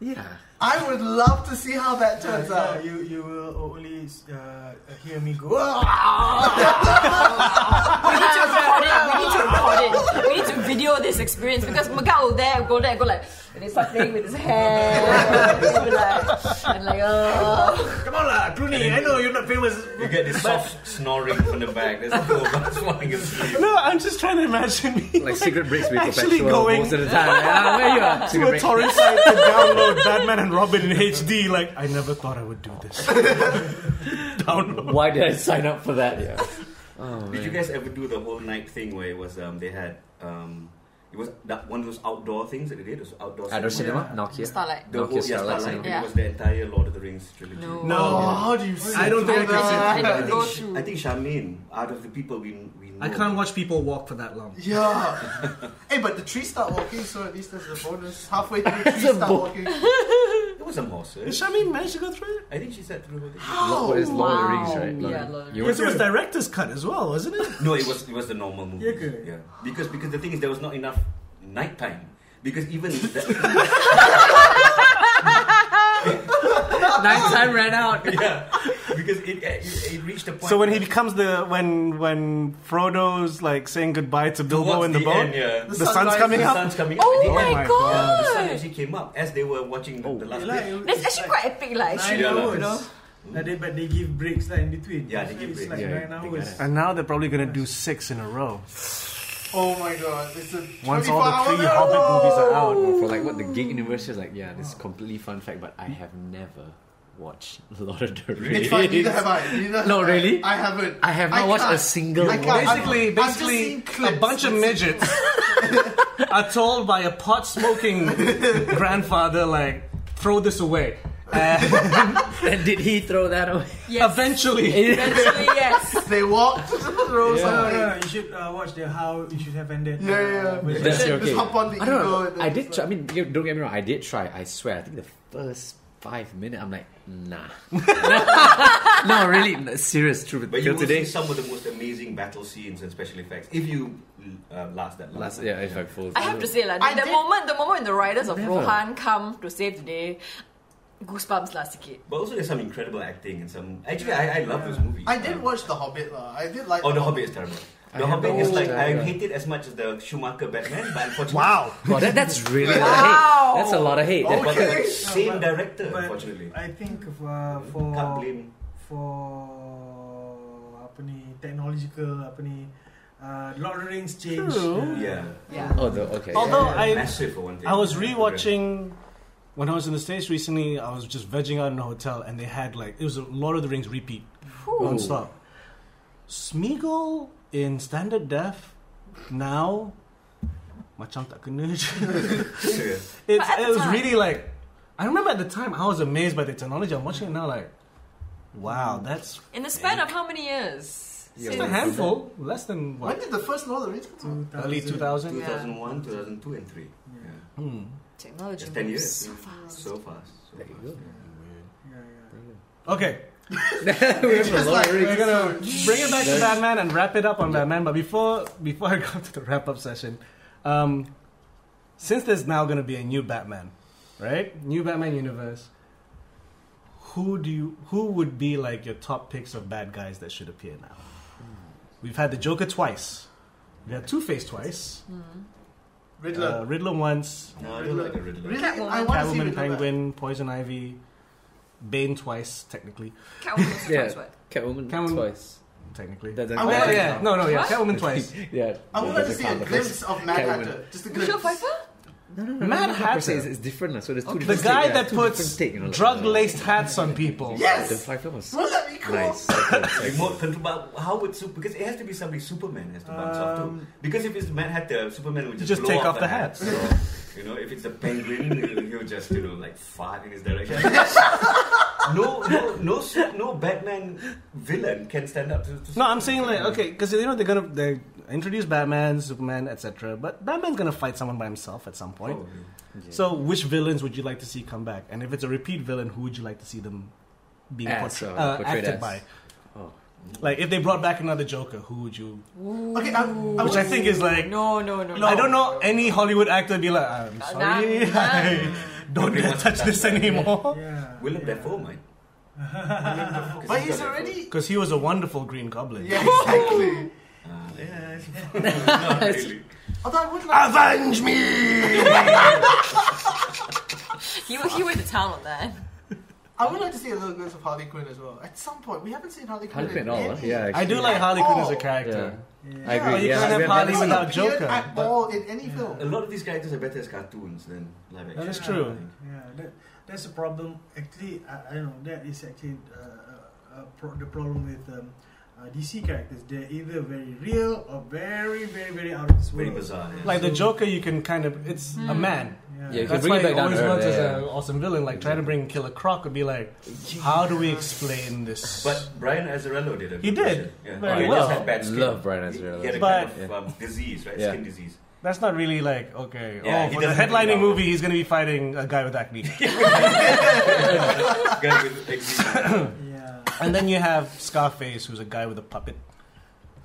S3: yeah.
S2: I would love to see how that turns
S7: Uh,
S2: out.
S7: you you will only uh, hear me go. "Ah!"
S5: We need to record it. We need to record it. We need to video this experience because Maga will there go there go like and he start playing with his hair and, he'll be like, and like oh.
S7: Come on, lah, Clooney. I know you're not famous.
S6: You get this soft snoring from the back. There's two of us (laughs) falling asleep.
S4: No, I'm just trying to imagine me (laughs)
S3: Like cigarette breaks with
S4: Actually
S3: perpetual
S4: going
S3: most of the time. Like, ah, where you at?
S4: to a
S3: Cigarette break.
S4: torrent site (laughs) to download Batman and Robin in HD. Like, I never thought I would do (laughs) this. download.
S3: Why did I sign up for that? Yeah. Oh,
S6: Did you
S3: man.
S6: guys ever do the whole night thing where it was um they had um it was that one of those outdoor things that they did? It was outdoor
S3: Ador Cinema, Nokia.
S5: Starlight.
S6: The whole,
S3: Nokia
S6: yeah,
S3: Starlight
S6: Starlight.
S3: Cinema.
S6: It
S5: Yeah.
S6: was the entire Lord of the Rings trilogy.
S5: No.
S4: No.
S2: Oh, how do you see
S7: I don't think I can
S5: I
S6: I
S5: don't
S6: think,
S5: go
S6: Sh-
S5: through.
S6: I think Charmaine, out of the people we, we know.
S1: I can't watch people walk for that long.
S2: Yeah. hey, but the trees start walking, so at least there's a bonus. Halfway through, the trees
S3: a
S2: start
S3: bo-
S2: walking.
S6: It was a monster.
S4: Did Shamin manage to go through it?
S6: I think she said through the whole thing.
S3: Lo- what is Lord of the Rings,
S5: Wow.
S3: right? Lord
S5: Yeah,
S3: of-
S5: Lord of the
S3: you
S4: Because it was
S3: were-
S4: director's cut as well, wasn't it?
S6: No, it was it was the normal movie.
S7: Yeah, ke?
S6: yeah. Because because the thing is there was not enough nighttime. Because even that,
S2: (laughs)
S3: Night time ran out.
S6: yeah, because it, it it reached a point.
S4: So when he
S6: where-
S4: becomes the when when Frodo's like saying goodbye to Bilbo
S6: towards
S4: in the,
S6: the
S4: boat,
S6: end, yeah.
S4: the,
S2: The
S4: sun's
S2: sunrise-
S4: coming
S6: the
S4: up.
S6: sun's coming up.
S5: Oh,
S6: and
S5: my
S6: it- yeah, the sun
S5: God.
S6: actually came up as they were watching the, the
S2: Oh,
S6: last
S7: Yelah,
S6: bit.
S7: it-
S5: That's
S7: it's
S5: actually
S7: like
S5: quite epic, like.
S7: nine
S5: actually.
S6: Yeah, lah.
S7: hours. Like they, but they give breaks like in between.
S6: Yeah, they
S7: So
S6: give
S7: it's
S6: breaks.
S7: Like
S3: Yeah,
S7: nine
S3: they
S7: hours.
S3: gotta-
S4: And now they're probably gonna do six in a row
S2: Oh my god, it's a
S4: once
S2: 24
S4: all the
S2: hour
S4: three Hobbit movies are out.
S3: Oh, for like what the gig university is like, yeah, this is completely fun fact, but I have never watched (laughs) Lord of the Rings.
S2: It's fine, neither have I. Neither
S3: No,
S2: have I.
S3: really?
S2: I haven't.
S3: I have not watched
S2: can't.
S3: a single
S2: I
S3: one.
S2: can't.
S4: Basically,
S2: I've just
S4: basically,
S2: seen clips.
S4: a bunch of midgets (laughs) are told by a pot smoking grandfather, like, throw this away. Uh, And
S3: And (laughs) did he throw that away?
S4: eventually,
S5: Eventually, yes.
S2: They walked (laughs) through
S7: So,
S2: something.
S7: yeah, you should uh, watch the how it should have ended.
S2: Yeah,
S7: uh,
S2: yeah, yeah.
S7: But-
S3: That's
S2: Just
S3: okay.
S2: hop on the
S3: I don't
S2: ego
S3: know.
S2: and then
S3: I
S2: just
S3: did. Try, I mean, you- don't get me wrong. I did try. I swear. I think the first five minutes, I'm like, nah. (laughs) no, really, no, serious truth.
S6: But you
S3: Till
S6: will
S3: today,
S6: see some of the most amazing battle scenes and special effects if you uh, last that long.
S3: last yeah, if I fall.
S5: I
S3: (laughs)
S5: have to say, like,
S2: I
S5: the
S2: did-
S5: moment, the moment the riders of
S3: Never.
S5: Rohan come to save the day, goosebumps last sikit.
S6: But also there's some incredible acting and some. Actually, I, I love those movies. Um,
S2: I did watch The Hobbit, lah. I did like.
S6: Oh, The Hobbit is terrible. The
S3: I
S6: Hobbit
S3: haven't
S6: is
S3: watched
S6: like
S3: that,
S6: I
S3: yeah.
S6: hate it as much as the Schumacher Batman, but unfortunately,
S4: wow.
S3: Wow, that, that's really a lot of
S5: Wow.
S3: hate. That's a lot of hate. That-
S6: but
S2: Okay.
S6: the same
S7: No, but-
S6: director,
S7: but
S6: unfortunately.
S7: I think uh, for
S6: Can't blame.
S7: for apa ni technological apa ni uh, Lord of the Rings change.
S4: True.
S6: Yeah.
S5: Yeah.
S3: Oh, the, okay.
S4: Although I-
S6: massive for one thing.
S4: I was rewatching when I was in the States recently. I was just vegging out in a hotel, and they had like it was a Lord of the Rings repeat nonstop. Smeagol in standard def now. Macam tak kena je.
S6: Serious.
S4: It's,
S5: But at
S4: it
S5: the
S4: was
S5: time-
S4: really like I remember at the time I was amazed by the technology. I'm watching it now like, wow, that's
S5: In the span of how many years?
S3: Yeah.
S4: just a
S5: Since-
S4: handful, less than
S2: When
S4: what
S2: did the first Lord of the Rings come out?
S7: 2000.
S4: early 2000.
S5: Yeah.
S6: 2001, 2002, and three. Yeah.
S4: Hmm.
S5: Technology
S6: Just 10
S5: moves
S6: years.
S5: so fast.
S6: So fast. So
S3: There you
S6: fast.
S3: go.
S7: Yeah, yeah.
S4: Okay,
S3: (laughs) we have a
S2: Just
S3: lot
S2: like-
S3: of
S4: we're
S3: rings. Uh,
S4: gonna bring it back to Batman and wrap it up on Batman. But before before (laughs) I go to the wrap up session, um, since there's now gonna be a new Batman, right? New Batman universe. Who do you who would be like your top picks of bad guys that should appear now? We've had the Joker twice. We had Two Face twice. Uh,
S3: uh,
S2: Riddler.
S4: Riddler once.
S6: No, I don't like the Riddler.
S2: Riddler.
S5: Catwoman.
S2: I want to see
S4: Catwoman,
S2: Riddler.
S4: Penguin, Poison Ivy, Bane twice, technically.
S5: Catwoman also
S3: Yeah.
S5: twice, what?
S3: Catwoman,
S4: Catwoman-
S3: twice.
S4: Technically.
S3: That- that-
S2: I
S4: Oh,
S2: want
S4: yeah,
S2: to-
S4: yeah. No, no, yeah.
S5: What?
S4: Catwoman (laughs)
S3: (laughs)
S4: twice.
S3: yeah.
S2: I would like to
S3: that's
S2: see a
S3: the
S2: glimpse
S3: first-
S2: of
S3: Catwoman.
S2: Manhunter. Just a
S5: Michelle
S2: glimpse.
S5: Pfeiffer?
S4: Mad
S3: Hatter is,
S4: Hatter.
S3: is different, lah, so there's two
S4: The
S3: different
S4: guy
S3: take, yeah,
S4: that
S3: two
S4: puts
S3: different take, you know, like- uh,
S4: drug laced hats on
S3: (laughs)
S4: people.
S2: Yes!
S3: The Pfeiffer was
S2: Wouldn't that be cool?
S3: nice. Okay.
S6: Remote control, but how would super? Because it has to be somebody Superman has to bounce off to.
S7: Um,
S6: Because if it's Mad Hatter, Superman would just,
S4: Just
S6: blow
S4: take off
S6: off
S4: the
S6: hat.
S4: hat.
S6: So, you know, if it's a penguin, (laughs) he'll- he'll just you know like fart in his
S4: (laughs)
S6: direction. no, no, no, su- no. Batman villain can stand up to. to
S4: No, I'm saying like okay, because you know they're gonna they Introduce Batman, Superman, etc. But Batman's gonna fight someone by himself at some
S6: Oh,
S3: Oh,
S4: point. So, which villains would you like to see come back? And if it's a repeat villain, who would you like to see them being
S3: As,
S4: portray-
S3: or
S4: uh,
S3: portrayed
S4: acted
S3: as.
S4: by?
S3: Oh.
S4: Like, if they brought back another Joker, who would you?
S2: Okay, I, I would
S4: Which I think is like,
S5: No, no, no.
S4: I don't know any Hollywood actor be like, I'm
S5: Uh,
S4: sorry, (laughs)
S5: nah,
S4: I don't dare touch this
S3: (laughs)
S4: anymore.
S7: Yeah.
S6: Willem Dafoe,
S4: (laughs)
S6: man.
S2: But he's already.
S4: Because he was a wonderful Green Goblin.
S2: Yeah,
S3: (laughs)
S2: exactly.
S6: Yeah. Ah, eh, Not really.
S2: Although I would
S6: Ah,
S2: like.
S4: Avenge me!
S5: He, he went to town on that.
S2: I would like to see a little bit of Harley Quinn as well. At some point, we haven't seen Harley Quinn.
S3: Harley Quinn,
S2: in
S3: all, huh?
S2: any-
S3: yeah.
S4: I
S3: Actually.
S4: do like Harley Quinn as a
S2: Oh.
S4: character.
S3: I agree.
S4: you
S3: yeah,
S4: can't have Harley
S3: we never seen-
S4: without-
S2: Not appeared
S4: Joker,
S2: at
S4: but-
S2: all in any film.
S6: A lot of these characters are better as cartoons than live action.
S4: That is
S7: Yeah.
S4: true.
S7: Yeah, that, that's a problem. Actually, I, I don't know. That is actually uh, uh, pro- the problem with um, uh, DC characters. They're either very real or very, very, very out of this world.
S6: Very bizarre. Yeah.
S4: Like the Joker, you can kind of, it's a
S5: Hmm.
S4: man.
S3: Yeah, you
S4: That's
S3: can bring
S4: why
S3: it back
S4: he
S3: down
S4: always
S3: to earth,
S4: works as
S3: yeah.
S4: an awesome villain. Like, trying to bring Killer Croc would be like, how do we explain this?
S6: But Brian Azzarello did a
S4: He
S6: good
S4: did.
S6: version. Yeah.
S4: Very
S6: He
S4: well.
S6: just had bad skin.
S3: Love Brian
S6: He-
S3: Azzarello.
S6: He had a
S4: But-
S6: kind of um, disease, right?
S3: Yeah.
S6: Skin disease.
S4: That's not really like, okay,
S6: Yeah,
S4: oh,
S6: he
S4: for the
S6: doesn't have
S4: headlining
S6: any
S4: movie, he's going to be fighting a guy with acne.
S3: (laughs)
S6: Guy with
S4: (laughs)
S6: eczema.
S7: Yeah,
S4: and then you have Scarface, who's a guy with a puppet.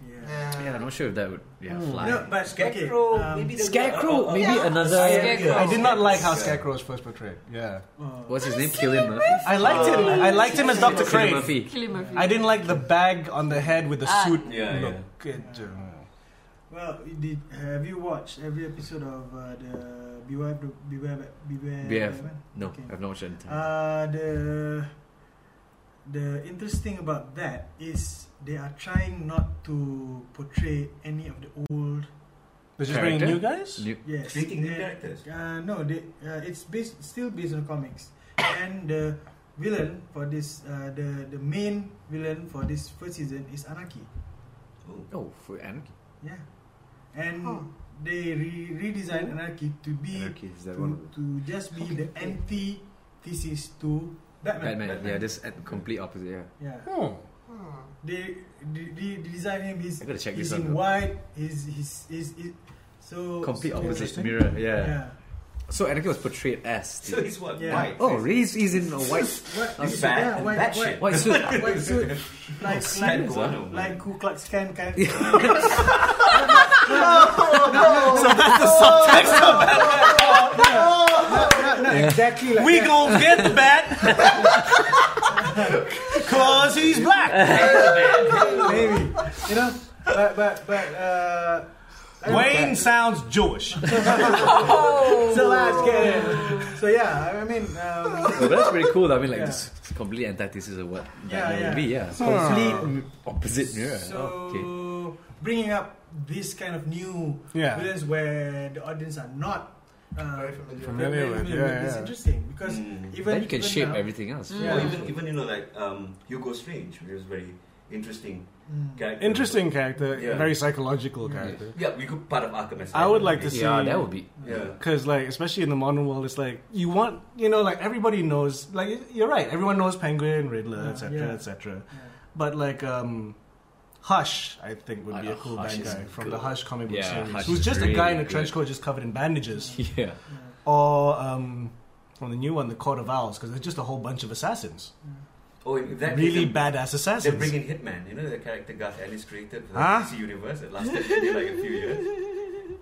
S7: yeah.
S3: Oh, Yeah,
S2: Yeah.
S3: I'm not sure if that would yeah, fly.
S7: Hmm. No, but
S6: Scarecrow,
S7: Okay, um,
S6: maybe the-
S3: Scarecrow, maybe another.
S5: Scarecrow.
S4: I did not like how
S6: Yeah.
S4: Scarecrow was first portrayed. Yeah.
S7: uh,
S3: What's his name? Killian Murphy.
S4: I liked him. I liked him as Dr.
S3: Cillian
S4: Crane.
S3: Murphy.
S5: Killing Murphy.
S4: I didn't like the bag on the head with the
S5: Ah.
S4: suit
S6: Yeah, yeah.
S4: look. It, uh,
S7: well, you did have you watched every episode of uh, the Beware, the Beware, Beware?
S3: BF.
S7: Batman?
S3: No,
S7: Okay.
S3: I've not watched it.
S7: Uh, the the interesting about that is they are trying not to portray any of the old.
S4: They're just bringing new
S3: Character?
S4: guys?
S3: New-
S7: Yes,
S6: Creating new
S7: they-
S6: characters.
S7: Uh, no, they, uh, it's based still based on comics, and the villain for this uh, the the main villain for this first season is Anarchy.
S3: Oh, for Anarchy.
S7: Yeah, and
S2: Huh.
S7: they re- redesigned Anarchy to be
S3: Anarchy is that
S7: to,
S3: one of the
S7: to just be the anti thesis to Batman.
S3: Batman. Yeah, this at complete opposite. Yeah.
S7: Yeah.
S4: Hmm.
S7: they they, they design him. He's,
S3: I gotta check
S7: he's
S3: this out,
S7: in
S3: though.
S7: white. He's he's he's, he's so
S3: Complete
S7: so-
S3: opposite
S4: interesting.
S3: mirror. Yeah.
S7: Yeah.
S3: So Anarchy was portrayed as.
S6: So he's what?
S7: Yeah.
S6: White.
S3: oh, really? He's, he's in a white
S7: What?
S6: He's
S7: yeah,
S6: fat and
S7: white,
S6: that
S7: white,
S6: shit.
S3: white
S7: (laughs)
S3: suit.
S7: white suit. Like
S6: Stan
S7: like,
S6: Guano, man.
S7: like Ku Klux Klan kind.
S3: (laughs) Oh.
S7: Exactly
S3: (laughs)
S7: like
S4: We
S7: that.
S4: gon' get the bat! (laughs) Cause he's black!
S7: maybe you know, but but but uh,
S4: Wayne sounds Jewish.
S7: so let's get it. Oh. So yeah, I mean, um,
S3: Well, that's pretty cool. though. I mean, like
S7: Yeah.
S3: this is complete antithesis of what Batman
S7: Yeah, yeah.
S3: would be. Yeah,
S4: So-
S3: complete m- opposite mirror.
S7: so
S3: okay.
S7: bringing up this kind of new
S4: Yeah.
S7: villains where the audience are not. Uh,
S2: Very familiar.
S4: Familiar
S7: very
S4: with,
S7: familiar
S4: yeah,
S7: It's
S4: yeah.
S7: interesting because
S6: Mm.
S7: even
S3: Then you can
S7: even
S3: shape
S7: now-
S3: everything else.
S6: Or
S7: Yeah.
S6: Oh, even, even you know, like um, Hugo Strange, which is very interesting
S7: Mm.
S6: character.
S4: Interesting character,
S6: Yeah.
S4: very psychological character.
S6: Yeah, we could part of Arkham Asylum.
S4: I would like to see.
S3: Yeah, that would be.
S6: Yeah.
S4: Because, like, especially in the modern world, it's like you want, you know, like everybody knows, like you're right, everyone knows Penguin, Riddler,
S7: Yeah,
S4: etc.,
S7: yeah.
S4: etc.
S7: Yeah.
S4: But like, um, Hush, I think would
S3: I
S4: be a
S3: know
S4: cool
S3: Hush
S4: bad
S3: is
S4: guy from
S3: good.
S4: the Hush comic book
S3: Yeah,
S4: series,
S3: Hush
S4: who's
S3: is
S4: just a
S3: really
S4: guy in a
S3: good.
S4: trench coat just covered in bandages,
S3: Yeah.
S4: or um, from the new one, the Court of Owls, because there's just a whole bunch of assassins,
S6: Oh, if that
S4: really
S6: is a-
S4: badass
S6: They're
S4: assassins.
S6: bringing Hitman, you know, the character Garth Ennis created for the
S4: Huh?
S6: DC Universe. It lasted maybe like a few
S4: (laughs)
S6: years.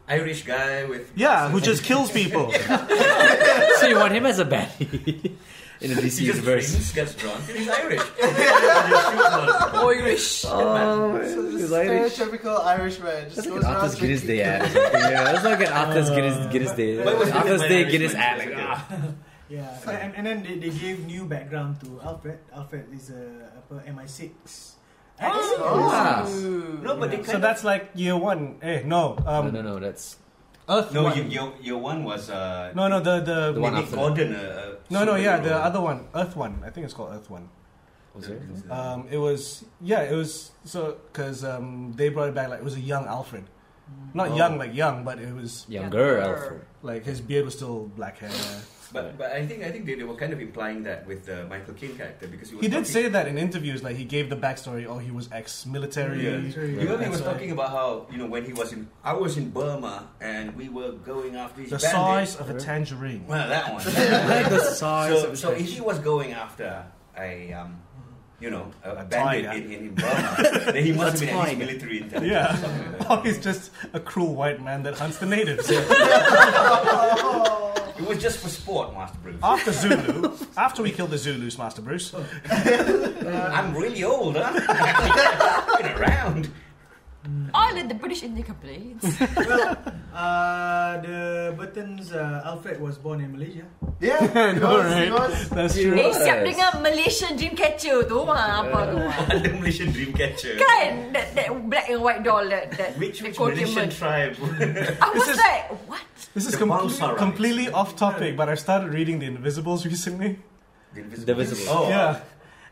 S6: Irish guy with.
S4: yeah, who just kills
S3: (laughs)
S4: people.
S3: so you want him as a baddie (laughs) in the DC
S6: He just
S3: universe?
S6: drinks, gets drunk, and he's (laughs) Irish. And he shoots all the people.
S5: Irish.
S3: Oh,
S2: So this
S3: he's Irish.
S2: stereotypical Irishman just
S3: That's
S2: goes
S3: like an
S2: around
S3: Arthur's Guinness
S2: drinking.
S3: Day ad. or something, you know. That's like an Arthur's Guinness Guinness Day.
S6: But it was
S3: Arthur's
S6: written by
S3: Day
S6: an
S3: Guinness ad.
S6: Irishman,
S3: Like,
S6: so
S3: ah.
S7: Yeah, and, and, and then they, they gave new background to Alfred. Alfred is a upper MI6.
S3: (laughs) Ah.
S6: No, but they kind
S4: so
S6: of-
S4: that's like year one. Eh, no,
S3: No,
S4: um,
S3: no, no. That's
S4: Earth
S6: No,
S4: one.
S6: your, your, your one was. Uh,
S4: no, no, the the.
S3: The one
S6: Nick
S3: after
S6: Gordon. Uh,
S4: no, no, yeah, the other one, Earth One. I think it's called Earth One.
S3: was it?
S4: Uh, Um, it was yeah, it was so because um, they brought it back like it was a young Alfred,
S7: Mm.
S4: Not
S3: Oh.
S4: young, like young, but it was
S3: Younger
S5: Yeah.
S3: Alfred.
S4: like his beard was still black hair.
S6: But but I think I think they, they were kind of implying that with the Michael Caine character because he was
S4: He did say
S6: talking-
S4: that in interviews, like he gave the backstory. Oh, he was ex-military.
S6: Yeah.
S7: Military.
S6: You know, he was
S4: That's why-
S6: talking about how you know when he was in I was in Burma and we were going after these
S4: The
S6: bandits.
S4: size of a tangerine.
S6: (laughs) Well, that one.
S4: (laughs) like the size
S6: so
S4: of
S6: so
S4: a
S6: if he was going after a um, you know a, a bandit
S4: tiger.
S6: in, in, in Burma, (laughs) then he must have been at least
S3: tiger.
S6: military intelligence.
S4: Yeah. (laughs)
S6: or something like that.
S4: Oh, he's just a cruel white man that hunts the natives. (laughs)
S6: It was just for sport, Master Bruce.
S4: after Zulu, after we killed the Zulus, Master Bruce.
S6: I'm really old, huh? (laughs) been around.
S5: I Oh, let the British India
S3: (laughs)
S5: Company.
S7: well, uh, the Burton's uh, Alfred was born in Malaysia.
S2: Yeah, he was, he was.
S4: That's
S5: Eh,
S4: true.
S5: siap dengan Malaysian Dreamcatcher tu ha, apa tu ha.
S6: the Malaysian Dreamcatcher.
S5: Kan that, that black and white doll that that
S6: Which,
S5: that
S6: which
S5: Korean
S6: Malaysian
S5: man.
S6: tribe?
S5: I
S6: (laughs)
S5: was
S4: (laughs) This is-
S5: like, what?
S4: This is
S6: The
S4: completely,
S6: Bangsa rights.
S4: completely off topic, but I started reading The Invisibles recently.
S6: the Invisible.
S3: The Visible.
S6: Oh,
S4: Yeah. (laughs)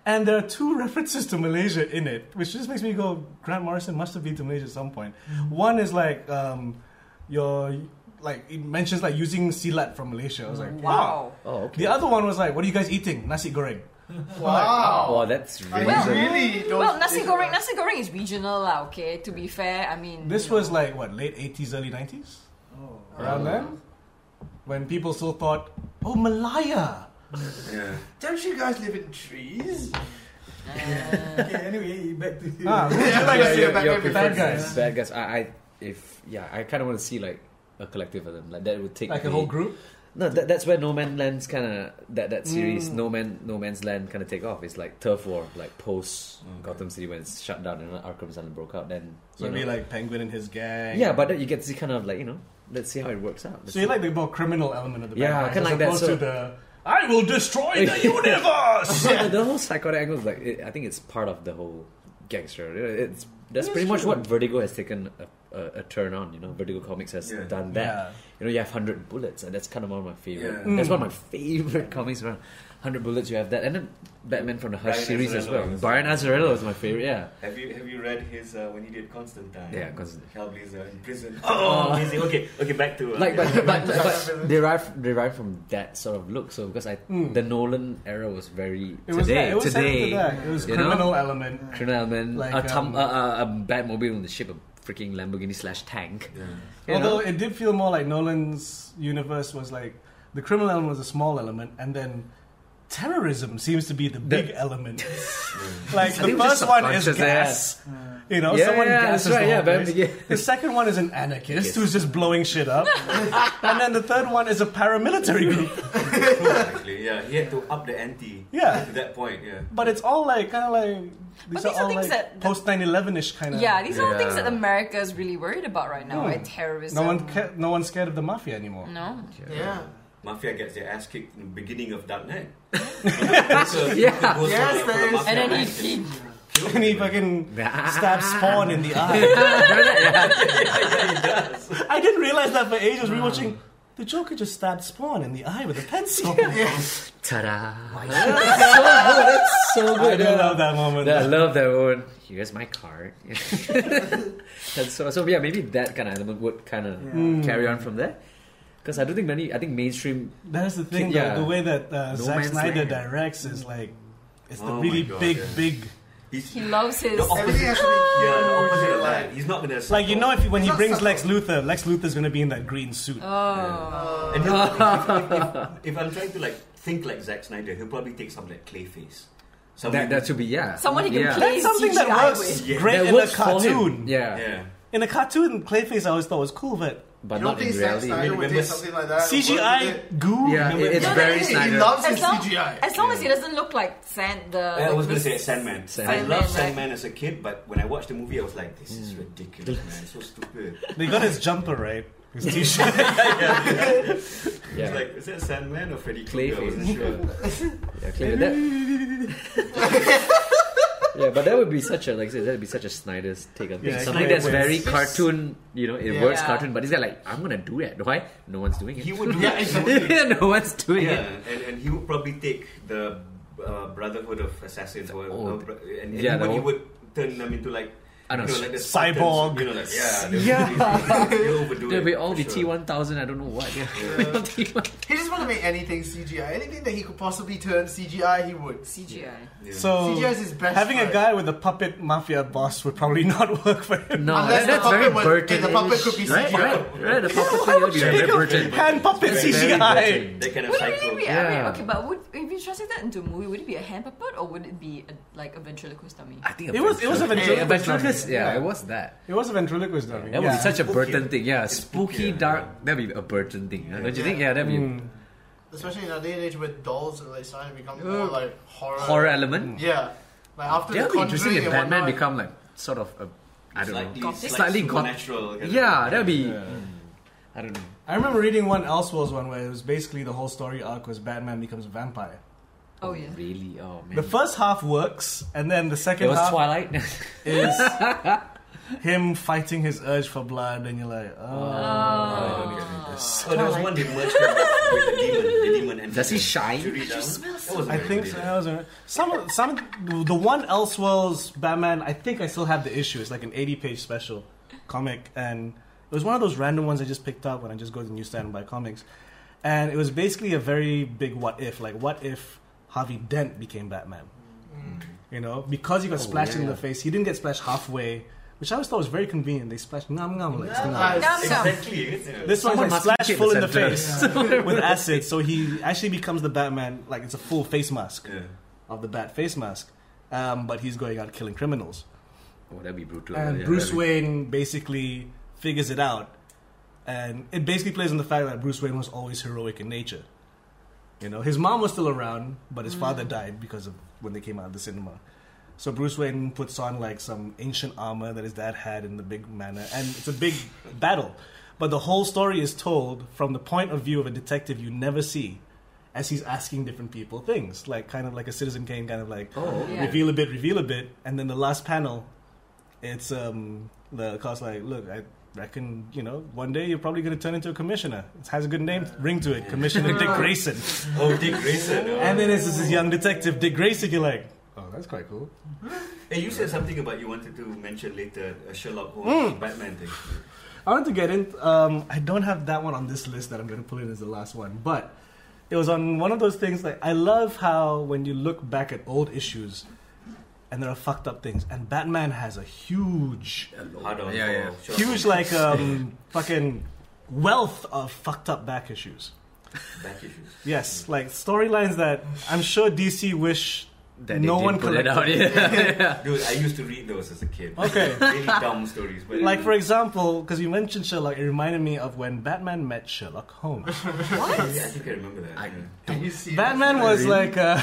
S4: And there are two references to Malaysia in it, which just makes me go, Grant Morrison must have been to Malaysia at some point.
S2: Mm.
S4: One is like, um, your, like, it mentions like using silat from Malaysia. I was like, wow.
S5: Wow.
S3: Oh, okay.
S4: The other one was like, what are you guys eating? Nasi goreng.
S2: Wow.
S3: Oh, that's really.
S5: Well,
S2: really don't
S5: Well, nasi
S2: think
S5: goreng,
S2: about-
S5: nasi goreng is regional lah. Okay, to be fair, I mean
S4: This
S5: you
S4: was
S5: know.
S4: like, what, late 80s, early 90s?
S7: Oh.
S4: Around then? When people still thought, oh, Malaya.
S6: yeah.
S2: Don't you guys live in trees?
S7: Okay, anyway, back to you.
S4: Ah,
S2: (laughs)
S4: (laughs) like
S2: Yeah, yeah,
S4: I
S2: yeah,
S4: said,
S2: back
S3: your
S2: up your
S4: bad
S2: preferences.
S4: guys.
S3: Bad guys. I, I if yeah, I kind of want to see like a collective of them. Like that would take
S4: Like a
S3: me-
S4: whole group.
S3: No, that, that's where No Man's Land's kind of that that
S4: Mm.
S3: series No Man No Man's Land kind of take off. It's like turf war, like post Gotham City when it's shut down and Arkham Asylum broke out. Then
S4: So
S3: you
S4: it'd be
S3: know.
S4: like Penguin and his gang.
S3: yeah, but then you get to see kind of like you know, let's see how it works out. Let's
S4: So you
S3: see.
S4: like the more criminal element of the
S3: Yeah,
S4: bad guys,
S3: kinda like
S4: as
S3: that,
S4: opposed
S3: so-
S4: to the I will destroy
S3: (laughs)
S4: the universe.
S3: So the whole psychotic angle is like it, I think it's part of the whole gangster. you know, It's that's pretty much what Vertigo has taken a, a, a turn on. You know, Vertigo Comics has
S6: Yeah.
S3: done (laughs) that.
S4: Yeah.
S3: You know, you have hundred bullets, and that's kind of one of my favorite.
S6: Yeah.
S3: That's
S4: Mm.
S3: one of my favorite comics around. Hundred bullets, you have that, and then Batman from the Hush
S6: Brian
S3: series as well.
S6: Azzarello is-
S3: Brian Azzarello was my favorite. Yeah,
S6: Have you have you read his uh, when he did Constantine?
S3: Yeah, Constantine.
S6: Hellblazer in prison. Oh, amazing. Okay, okay, back to uh,
S3: like but but,
S6: (laughs)
S3: but derived derived from that sort of look. So because I
S4: Mm.
S3: the Nolan era was very
S4: It was
S3: today
S4: that. It was
S3: today
S4: set to that. It was
S3: you know?
S4: criminal element.
S3: criminal man
S4: Like,
S3: a,
S4: um,
S3: tum- a, a, a Batmobile on the ship a freaking Lamborghini slash tank. You
S4: Although
S3: know?
S4: it did feel more like Nolan's universe was like the criminal element was a small element, and then terrorism seems to be the big
S3: (laughs)
S4: element. (laughs) like
S3: I think
S4: the
S3: we're just
S4: first one is
S3: subconscious there.
S4: gas. You know,
S3: Yeah,
S4: someone
S3: yeah, that's
S4: gases
S3: right,
S4: the
S3: yeah,
S4: whole
S3: but-
S4: place.
S3: yeah.
S4: The second one is an anarchist who's just blowing shit
S3: (laughs)
S4: up, and then the third one is a paramilitary group.
S3: (laughs)
S6: exactly. Yeah, he had to up the ante.
S4: Yeah.
S6: to that point. Yeah.
S4: But it's all like kind of like these are
S5: But these are
S4: all
S5: things
S4: like
S5: that-
S4: post 9/11 ish kind of.
S5: yeah, these are all things
S3: Yeah.
S5: that America is really worried about right now.
S4: Hmm.
S5: Right? Terrorism.
S4: no one ca- no one's scared of the mafia anymore.
S5: No.
S2: Yeah.
S6: Mafia gets their ass kicked in the beginning of Dark Knight.
S3: Yeah.
S2: Yes, there is.
S5: And then he, he
S4: (laughs)
S5: Mm.
S4: And he fucking stabs Spawn
S3: (laughs)
S5: (laughs)
S4: in the eye. I didn't realize that for ages. Rewatching, the Joker just stabbed Spawn in the eye with a
S5: (laughs)
S4: pencil.
S3: Ta-da! that's (laughs) so good. That's so
S4: I
S3: good.
S4: do
S3: yeah.
S4: love that moment.
S3: Yeah, I love that one. Here's my card. (laughs) and so, so yeah, maybe that kind of element would kind of
S4: Hmm.
S3: carry on from there. Because I don't think many. I think mainstream.
S4: That is the thing.
S3: Yeah.
S4: The, the way that uh, Zack
S3: Man's
S4: Snyder
S3: Land.
S4: directs is like, it's the
S6: Oh my
S4: really
S6: God,
S4: big,
S6: yeah.
S4: big.
S6: He's,
S5: he
S6: yeah,
S5: loves his.
S6: The
S2: Everything has to be here.
S6: the opposite Ah. of
S2: Like-
S6: that. He's not gonna.
S4: Like you know, if when he
S2: It's not
S4: brings
S2: subtle.
S4: Lex Luthor, Lex Luthor's gonna be in that green suit.
S5: Oh.
S6: And he'll- if, if, if, if I'm trying to like think like Zack Snyder, he'll probably take some like clay face. Some
S3: That that should be yeah.
S5: Someone he can
S3: yeah.
S5: play.
S4: That's something that
S5: CGI
S4: works
S5: with.
S6: Yeah.
S4: great
S3: That
S4: in a
S3: works for him.
S4: cartoon.
S3: Yeah.
S6: Yeah.
S4: In a cartoon, Clayface I always thought was cool, but
S3: but
S2: You don't
S3: not in
S2: think Zack
S3: reality.
S2: Snyder would
S6: remember
S2: take something like that? What
S4: CGI
S2: is it?
S4: goo.
S3: Yeah, it- it's
S5: No, no,
S3: very
S5: no, no,
S2: He
S3: Snyder.
S2: loves his
S5: As long,
S2: CGI.
S5: as long as he doesn't look like sand, the.
S6: I
S5: Uh, like
S6: was gonna
S5: this-
S6: say Sandman. I
S3: Sandman,
S6: love
S5: right?
S6: Sandman as a kid, but when I watched the movie, I was like, "This is ridiculous, man! So stupid."
S4: They got his jumper right. His t-shirt.
S6: It's
S3: yeah.
S6: like, is that Sandman or Freddy
S3: Clay
S6: Krueger? I wasn't
S3: face.
S6: sure.
S3: Yeah, clearly that. yeah, but that would be such a like I said, that would be such a Snyder's take on things.
S4: Yeah,
S3: Something
S4: Snyder
S3: that's very
S4: ways.
S3: cartoon, you know, it
S6: Yeah.
S3: works
S5: Yeah.
S3: cartoon, but he's got like, I'm gonna do it. Why? No one's doing it.
S6: He would do
S2: Yeah,
S3: (laughs)
S6: that.
S2: exactly.
S3: no one's doing
S6: Yeah,
S3: it.
S6: and, and he would probably take the uh, Brotherhood of Assassins or,
S3: Oh,
S6: or- and, and
S3: yeah,
S6: he, would,
S3: the
S6: he
S3: whole-
S6: would turn them into like
S3: I don't
S6: You
S3: know.
S6: know, like the
S4: Cyborg.
S6: Spartans, You know, like, yeah, they
S4: Yeah.
S6: overdo it. (laughs) They overdo it,
S3: There'll be all
S6: for
S3: the
S6: sure.
S3: T one thousand. I don't know what. (laughs) Yeah. T1.
S2: He just want to make anything CGI. Anything that he could possibly turn CGI, he would.
S5: CGI.
S6: Yeah.
S4: So
S2: CGI is his best
S4: having a
S2: friend.
S4: guy with a puppet mafia boss would probably (laughs) not work for
S3: (laughs)
S4: him.
S3: No,
S2: Unless
S3: that,
S2: the
S3: that's
S2: puppet
S3: very
S2: was-
S3: Burton.
S2: the puppet could be
S3: right,
S2: CGI.
S3: right, right. The puppet
S4: (laughs)
S3: thing would be very Burton.
S4: Hand puppet
S6: It's very
S4: CGI.
S6: That kind of
S5: Would it
S6: cycle.
S5: really be? I mean,
S3: Yeah.
S5: okay, but would if you translate that into a movie, would it be a hand puppet or would it be a, like a ventriloquist dummy?
S3: I think
S4: It was- it was a
S3: Yeah,
S4: ventriloquist dummy.
S3: Yeah,
S4: Yeah.
S3: it was that.
S4: It was a ventriloquist dummy.
S3: That would be such a
S6: Spooky.
S3: Burton thing. Yeah,
S6: It's
S3: spooky,
S6: spooky,
S3: dark.
S6: yeah.
S3: That'd be a Burton thing. Don't you think? Yeah, that'd be a
S4: Mm.
S2: Especially in a day and age where dolls are like starting to become more like horror.
S3: horror
S4: Hmm.
S3: element.
S2: Yeah. Like after
S3: That'd
S2: the
S3: be interesting if
S2: Conjuring and
S3: Batman
S2: whatnot.
S3: become like sort of a. I don't
S6: Slightly,
S3: know.
S5: Gothic?
S3: Slightly goth-
S6: natural.
S3: Yeah, that'd be. I don't know.
S4: I remember reading one Elseworlds one where it was basically the whole story arc was Batman becomes a vampire.
S5: oh yeah.
S3: Really? Oh man.
S4: The first half works, and then the
S3: it
S4: second
S3: was
S4: half
S3: Twilight.
S4: is
S3: (laughs)
S4: him fighting his urge for blood, and you're like, oh,
S5: Oh.
S6: Oh, there was one that merged with with the demon.
S3: (laughs)
S6: The demon and
S3: Does he shine?
S6: Did you smell
S4: I think so. That was a- some some the one Elseworlds Batman. I think I still have the issue. It's like an 80 page special comic, and it was one of those random ones I just picked up when I just go to the newsstand and buy comics. And it was basically a very big what if, like what if Harvey Dent became Batman?
S2: Mm.
S4: You know, because he got splashed in
S3: Oh, yeah.
S4: the face, he didn't get splashed halfway, which I always thought was very convenient. They splashed nom nom like nom.
S2: Nice.
S5: Nom nom.
S6: Exactly. yeah.
S4: This one's
S3: (laughs) Someone
S4: like
S3: must
S4: splashed
S3: kick
S4: full
S3: the
S4: in the
S3: center. (laughs) Oh,
S4: face with acid, so he actually becomes the Batman. Like it's a full face mask
S6: Yeah.
S4: of the Bat face mask, um, but he's going out killing criminals.
S3: Oh, that'd be brutal.
S4: And
S3: Yeah,
S4: Bruce
S3: that'd be-
S4: Wayne basically figures it out, and it basically plays on the fact that Bruce Wayne was always heroic in nature. You know, his mom was still around, but his father died because of when they came out of the cinema. So Bruce Wayne puts on like some ancient armor that his dad had in the big manor, and it's a big battle. But the whole story is told from the point of view of a detective you never see, as he's asking different people things, like kind of like a Citizen Kane, kind of like
S3: Oh.
S5: Yeah.
S4: reveal a bit, reveal a bit, and then the last panel, it's um the cause like look I. Reckon you know one day you're probably going to turn into a commissioner. It has a good name ring to it, Commissioner Dick Grayson.
S6: Oh, Dick Grayson. oh.
S4: And then it's this young detective Dick Grayson. You're like, oh, that's quite cool.
S6: Hey, you said something about you wanted to mention later a Sherlock
S4: Hmm.
S6: Holmes Batman thing.
S4: I want to get in. Um, I don't have that one on this list that I'm going to pull in as the last one, but it was on one of those things. Like I love how when you look back at old issues, and there are fucked up things, and Batman has a huge,
S6: Hard on.
S3: Yeah,
S6: for
S3: yeah.
S6: Sherlock
S4: huge like um, fucking wealth of fucked up back issues.
S6: Holmes Back issues.
S4: Yes, like storylines that I'm sure DC wish
S3: That
S4: no
S3: they
S4: one
S3: didn't put it
S4: collected. (laughs)
S3: out. Yeah.
S6: Dude, I used to read those as a kid.
S4: Okay.
S6: (laughs) really dumb stories. But
S4: Like for example, because you mentioned Sherlock, it reminded me of when Batman met Sherlock Holmes.
S6: Yeah, I think I remember that. yeah.
S2: Have you seen
S4: Batman was like, uh,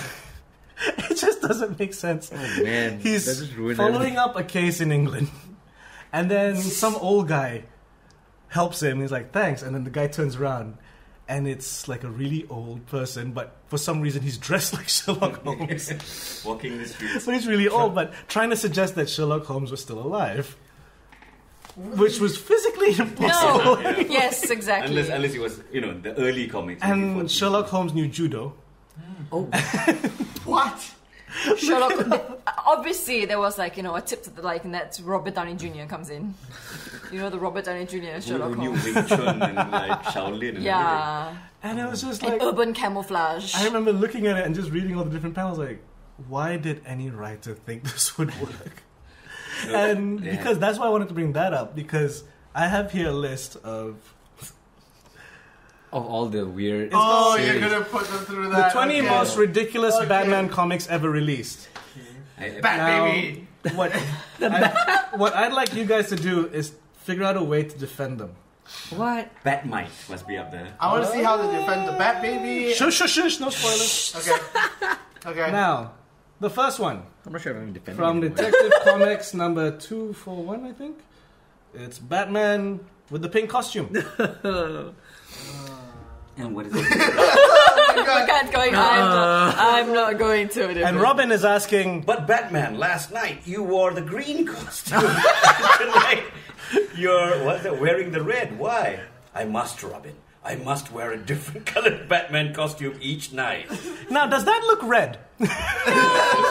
S4: (laughs) it just doesn't make sense.
S3: Oh, man, that
S4: He's
S3: just ruined
S4: following up a case in England, (laughs) and then some old guy helps him. He's like, "Thanks," and then the guy turns around, and it's like a really old person, but for some reason he's (laughs) dressed like Sherlock Holmes.
S6: Walking the streets.
S4: so he's really old, but trying to suggest that Sherlock Holmes was still alive, which was physically (laughs) impossible.
S5: No. (laughs) yes, exactly.
S6: Unless, unless it was, you know, the early comics.
S4: And
S6: 1940s.
S4: Sherlock Holmes knew judo.
S2: What?
S5: Sherlock. obviously, there was like you know a tip to the like, and that's Robert Downey Jr. comes in. You know the Robert Downey Jr.
S6: Who-
S5: Sherlock
S6: who knew
S5: Holmes.
S6: Wing Chun and like Shaolin and everything.
S5: Yeah,
S4: And it was just
S5: and
S4: like
S5: urban camouflage.
S4: I remember looking at it and just reading all the different panels, like, why did any writer think this would work? and
S6: Yeah.
S4: because that's why I wanted to bring that up, because I have here a list of
S3: (laughs) Of all the weird.
S2: Oh,
S3: series.
S2: you're gonna put them through
S4: the
S2: that.
S4: 20
S2: okay.
S4: most ridiculous
S2: Okay.
S4: Batman comics ever released.
S6: I- I-
S2: Bat
S4: Now-
S2: baby.
S4: (laughs) What, I, what I'd like you guys to do is figure out a way to defend them.
S3: What?
S6: Batmite must be up there.
S2: I want to see how they defend the bat baby.
S4: Shush, shush, shush, no spoilers.
S2: Okay. Okay.
S4: Now, the first one.
S3: I'm not sure if I'm defending.
S4: From
S3: it.
S4: (laughs) Detective Comics number 241, I think. It's Batman with the pink (laughs) costume.
S6: And what is it?
S5: I can't go. I'm,
S6: Uh.
S5: not, I'm not going to. it.
S4: And Robin is asking,
S6: but Batman, last night you wore the green (laughs) costume. like, you're what's that, wearing the red. Why? I must, Robin. I must wear a different (laughs) colored Batman costume each (laughs) night.
S4: now does that look red?
S6: It's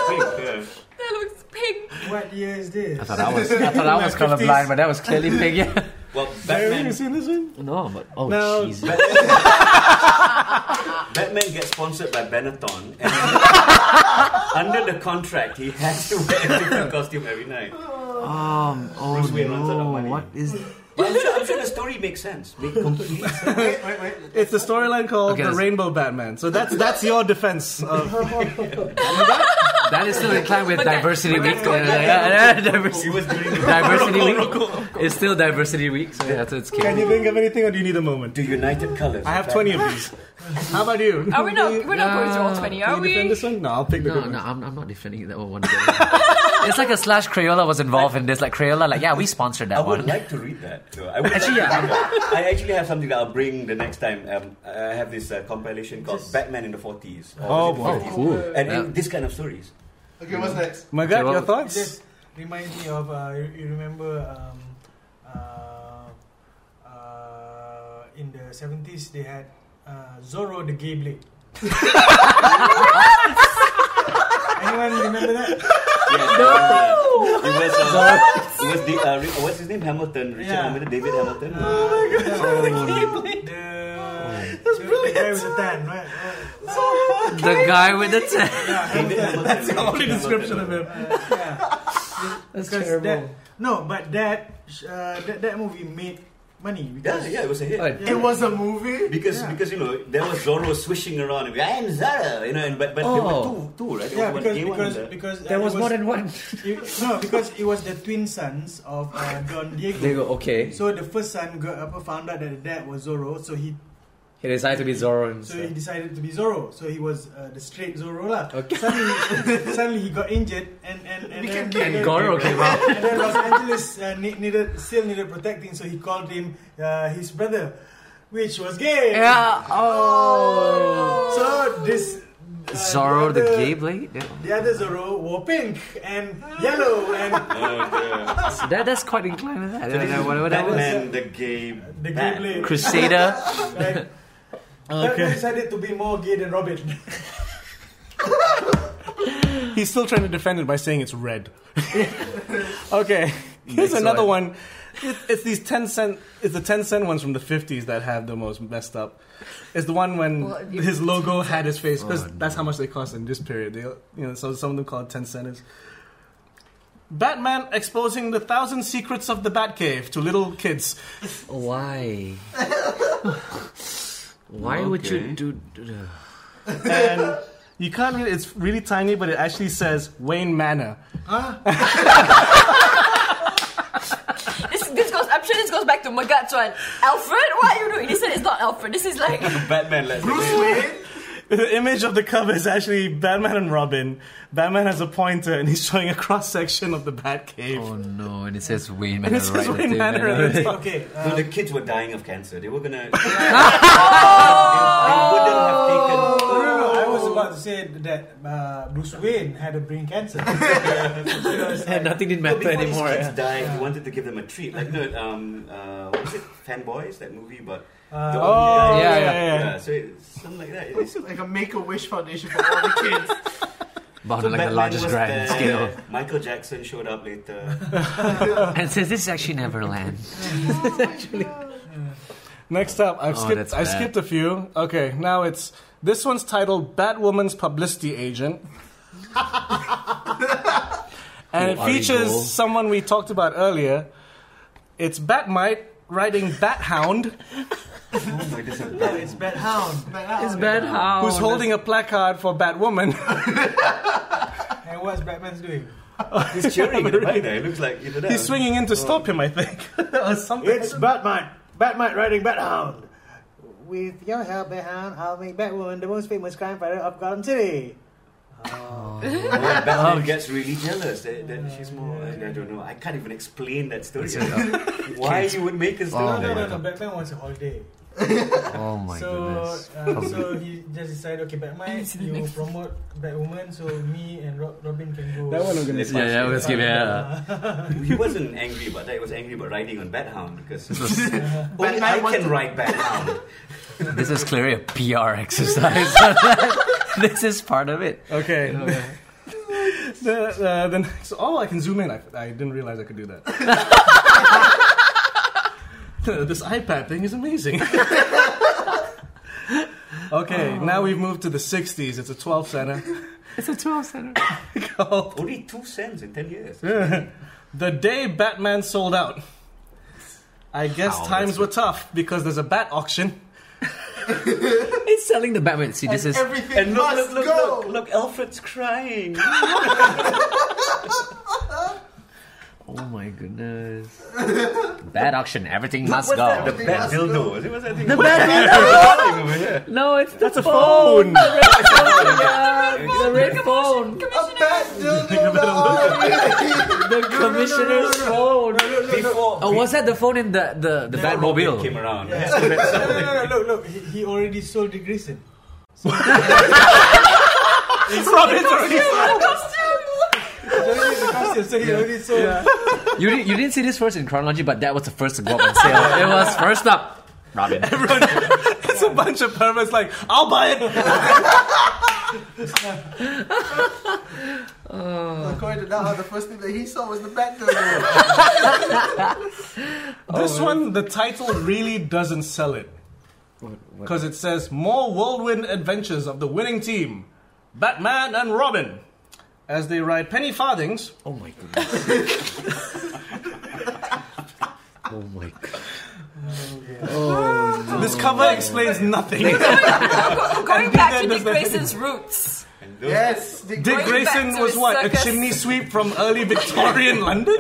S6: pink, yeah.
S5: that looks pink.
S7: What year is this?
S3: I thought I was, I
S4: (laughs)
S3: thought I was colorblind, but that was clearly pink. Yeah.
S6: Well,
S4: Have you
S6: Batman,
S4: seen this one?
S3: No, but oh
S4: No.
S3: jeez.
S6: Batman gets sponsored by Benetton, and (laughs) under the contract, he has to wear a different costume every night.
S3: Um, oh
S6: Bruce Wayne runs out of
S3: no,
S6: money.
S3: what is?
S6: But I'm sure, I'm sure the story makes sense. Make complete sense.
S2: Wait, wait, wait.
S4: It's the storyline called
S3: Okay,
S4: the
S3: that's-
S4: Rainbow Batman. So that's that's your defense. Of,
S3: That is still in line with
S5: But that-
S3: diversity
S5: but
S3: week.
S5: that's
S3: Yeah,
S5: going back
S3: (laughs) yeah, yeah, diversity
S6: It was during the
S3: diversity week. It's still diversity week, so yeah, so it's
S4: can
S3: cute.
S4: you think of anything, or do you need a moment?
S6: the United Colors.
S4: I have twenty of these. How about you?
S5: Are we not?
S4: Do you-
S5: We're not going through all
S3: Yeah.
S5: twenty,
S4: do
S5: are
S4: you defend
S5: we?
S4: this one? No, I'll pick the
S3: No,
S4: good
S3: no,
S4: one.
S3: I'm, I'm not defending that one. one day. (laughs) it's like a slash Crayola was involved in this. Like Crayola, like yeah, we sponsored
S6: I
S3: that
S6: would
S3: one.
S6: like to read that. Though. I would actually, I actually have something that I'll bring the next time. Um, I have this uh, compilation called Batman in the 40s. or
S4: Oh,
S6: was it
S4: wow.
S6: 50s?
S3: cool. (laughs)
S6: And
S3: Yeah.
S6: in this kind of stories.
S2: Okay, what's next?
S4: My God,
S3: Okay,
S4: your
S3: well-
S7: It
S4: thoughts? (laughs)
S7: just reminds me of uh, you you remember um, uh, uh, in the seventies they had uh, Zorro the Gay (laughs) Blade. Anyone remember that?
S6: Yeah, no! It was, uh, it was the, uh, Ri- what's his name? Hamilton. Richard
S7: Yeah.
S6: Hamilton. David Hamilton.
S7: the, the, the, the guy with the tan, right?
S3: the guy with the t-
S6: David Hamilton. That's the only description of him.
S7: Uh, yeah. That's terrible. no, but that uh, that that movie made money
S6: Yeah,
S7: because
S6: yeah, it was a hit.
S3: Right.
S2: It was a movie.
S6: Because
S7: Yeah.
S6: because you know there was Zorro swishing around. and, I'm Zorro, you know, and, but but there were two
S3: Oh.
S6: two right? There
S7: Yeah,
S6: was one
S7: because
S6: gay one
S7: because
S6: and the-
S7: because uh,
S3: (laughs) There
S7: it
S3: was more than one.
S7: it, no because it was the twin sons of uh, Don Diego.
S3: They go okay.
S7: So the first son got, apa, found out that the dad was Zorro, so he
S3: He decided to be Zorro and
S7: so he
S3: stuff.
S7: decided to be Zorro. So he was uh, the straight Zorro lah.
S3: Okay.
S7: Suddenly, (laughs) suddenly he got injured and and and, then,
S3: And Goro came out.
S7: and then Los Angeles uh, ne- needed still needed protecting, so he called him uh, his brother, which was gay.
S3: Yeah. Oh.
S7: So this uh,
S3: Zorro the
S7: other-
S3: Gay Blade. Yeah.
S7: The other Zorro wore pink and
S3: (laughs)
S7: yellow and
S3: So that, that's quite inclined to that. Yeah, whatever that was.
S6: Batman the gay
S7: the gay
S6: Bat.
S7: blade.
S3: Crusader.
S7: Like, Batman decided to be more gay
S3: (laughs)
S7: than Robin. (laughs)
S4: He's still trying to defend it by saying it's red. (laughs) okay, here's
S3: Next
S4: another
S3: one.
S4: one. It, it's these ten cent. It's the ten cent ones from the fifties that have the most messed up. It's the one when
S5: Well, you-
S4: his
S5: (laughs)
S4: logo had his face because that's how much they cost in this period. They, you know, so some of them call it ten centers. Batman exposing the thousand secrets of the Batcave to little kids.
S3: Why? Why would you do?
S5: (laughs)
S4: and you can't really, it's really tiny, but it actually says Wayne Manor.
S5: (laughs) This, this goes. I'm sure this goes back to Magat's one. Alfred, what are you doing? He said it's not Alfred. This is like
S6: Batman let's
S2: Bruce Wayne.
S4: The image of the cover is actually Batman and Robin. Batman has a pointer and he's showing a cross section of the Batcave. (laughs)
S3: Oh no! And (laughs) it says Wayne
S4: and
S3: Manor.
S4: it says
S3: right
S4: Wayne Manor. at the top.
S7: okay. uh,
S6: No, the kids were dying of cancer. They were gonna. they, wouldn't have taken.
S7: No, no, no. I was about
S3: Oh.
S7: to say that uh, Bruce Wayne had a
S3: (laughs)
S7: brain cancer.
S3: And (laughs) nothing didn't
S6: No,
S3: matter
S6: before
S3: anymore.
S6: these
S3: (laughs)
S6: kids
S3: yeah.
S6: died, he wanted to give them a treat. Like no, um, uh, what was it? Fanboys, that movie, but the
S7: Uh,
S4: Oh,
S6: only-
S3: yeah,
S4: yeah,
S6: yeah,
S4: yeah.
S6: So it's something like that. It's,
S2: It's like a Make a Wish Foundation for all the kids.
S3: But
S6: so
S3: on like the
S6: Batman
S3: largest
S6: was
S3: grand
S6: there,
S3: scale.
S6: (laughs) Michael Jackson showed up later.
S3: And it says this is actually Neverland.
S4: Next up, I've
S3: Oh,
S4: skipped.
S3: that's
S4: I
S3: bad.
S4: skipped a few. Okay, now it's this one's titled "Batwoman's Publicity
S3: (laughs)
S4: Agent," and it
S3: Who are you, Joel?
S4: features someone we talked about earlier. It's Batmite riding Bathound,
S6: Oh, it doesn't-
S7: no, it's Bad Hound. Bad Hound.
S3: It's bad how
S4: who's holding a placard for Batwoman. (laughs)
S7: And what's Batman's doing?
S6: He's cheering in the back there. It looks like you know that.
S4: He's swinging in to stop him, I think, (laughs) or something.
S7: It's Batman. Batman riding Bathound. With your help, Bathound, I'll make Batwoman the most famous crime fighter of Gotham City. Oh.
S6: Yeah, Batman gets really jealous. That, that she's more. I, I don't know. I can't even explain that story. (laughs) Why you would make a
S3: Oh,
S7: No,
S6: story?
S7: no,
S6: like
S7: no,
S6: that.
S7: no. Batman wants a holiday.
S3: Oh my
S7: so,
S3: goodness.
S7: uh, so he just decided, okay, Batman, you promote Batwoman, so me and Rob- Robin can go.
S4: that one I'm gonna
S3: Yeah, yeah, let's give it a.
S6: He wasn't angry about that. He was angry about riding on Bathound because (laughs) only
S2: Batman
S6: I
S2: wanted-
S6: can ride Bathound.
S3: This is clearly a (laughs) PR exercise. this is part of it.
S4: Okay. (laughs) the, uh, the next. Oh, I can zoom in. I, I didn't realize I could do that. (laughs) this iPad thing is amazing. (laughs) okay, now we've moved to the 60s. It's a 12 center.
S3: Oh. It's a 12 center.
S4: (laughs) called
S6: Only two cents in ten years.
S4: The Day Batman Sold Out. I guess
S3: Oh,
S4: times
S3: that's
S4: were tough because there's a bat auction.
S3: It's selling the Batman. See, this is.
S2: Everything
S6: And look,
S2: must
S6: look, look,
S2: go.
S6: look, look, Alfred's crying.
S3: Oh my goodness. Bad auction. Everything must
S2: what's
S3: go.
S2: that?
S6: the
S2: Everything
S6: bad
S2: must
S6: dildo. Is it- What's that thing?
S3: The Batman.
S6: Dildo.
S3: No, it's the That's phone. a phone. The red
S2: A
S3: phone.
S2: bad dildo. now.
S3: The commissioner's phone.
S6: Before
S3: Oh, was that the phone in the the the
S6: Batmobile
S3: Batmobile?
S6: (laughs) came around.
S7: No, no, no, look, look. He, he already sold the Grayson.
S3: Robin's already-
S7: He's already the costume, so he already sold.
S3: You didn't you didn't see this first in chronology, but that was the first to go up on sale. (laughs) It was first up. Robin.
S4: It's a bunch of perverts like, I'll buy it.
S2: (laughs) According to Daha, the first thing that he saw was the bad dildo.
S4: this one, the title really doesn't sell it. Because it says, More whirlwind adventures of the winning team Batman and Robin. As they ride penny farthings
S3: Oh my goodness. Oh my god.
S4: This cover explains (laughs) nothing.
S5: Going
S4: And
S5: back
S4: that
S5: to
S4: does
S5: Dick
S4: that-
S5: Grayson's roots.
S6: And those-
S2: yes, the
S4: Dick
S5: Going back
S4: Grayson
S5: to
S4: was
S5: his
S4: what?
S5: circus.
S4: A chimney sweep from early (laughs) Victorian London?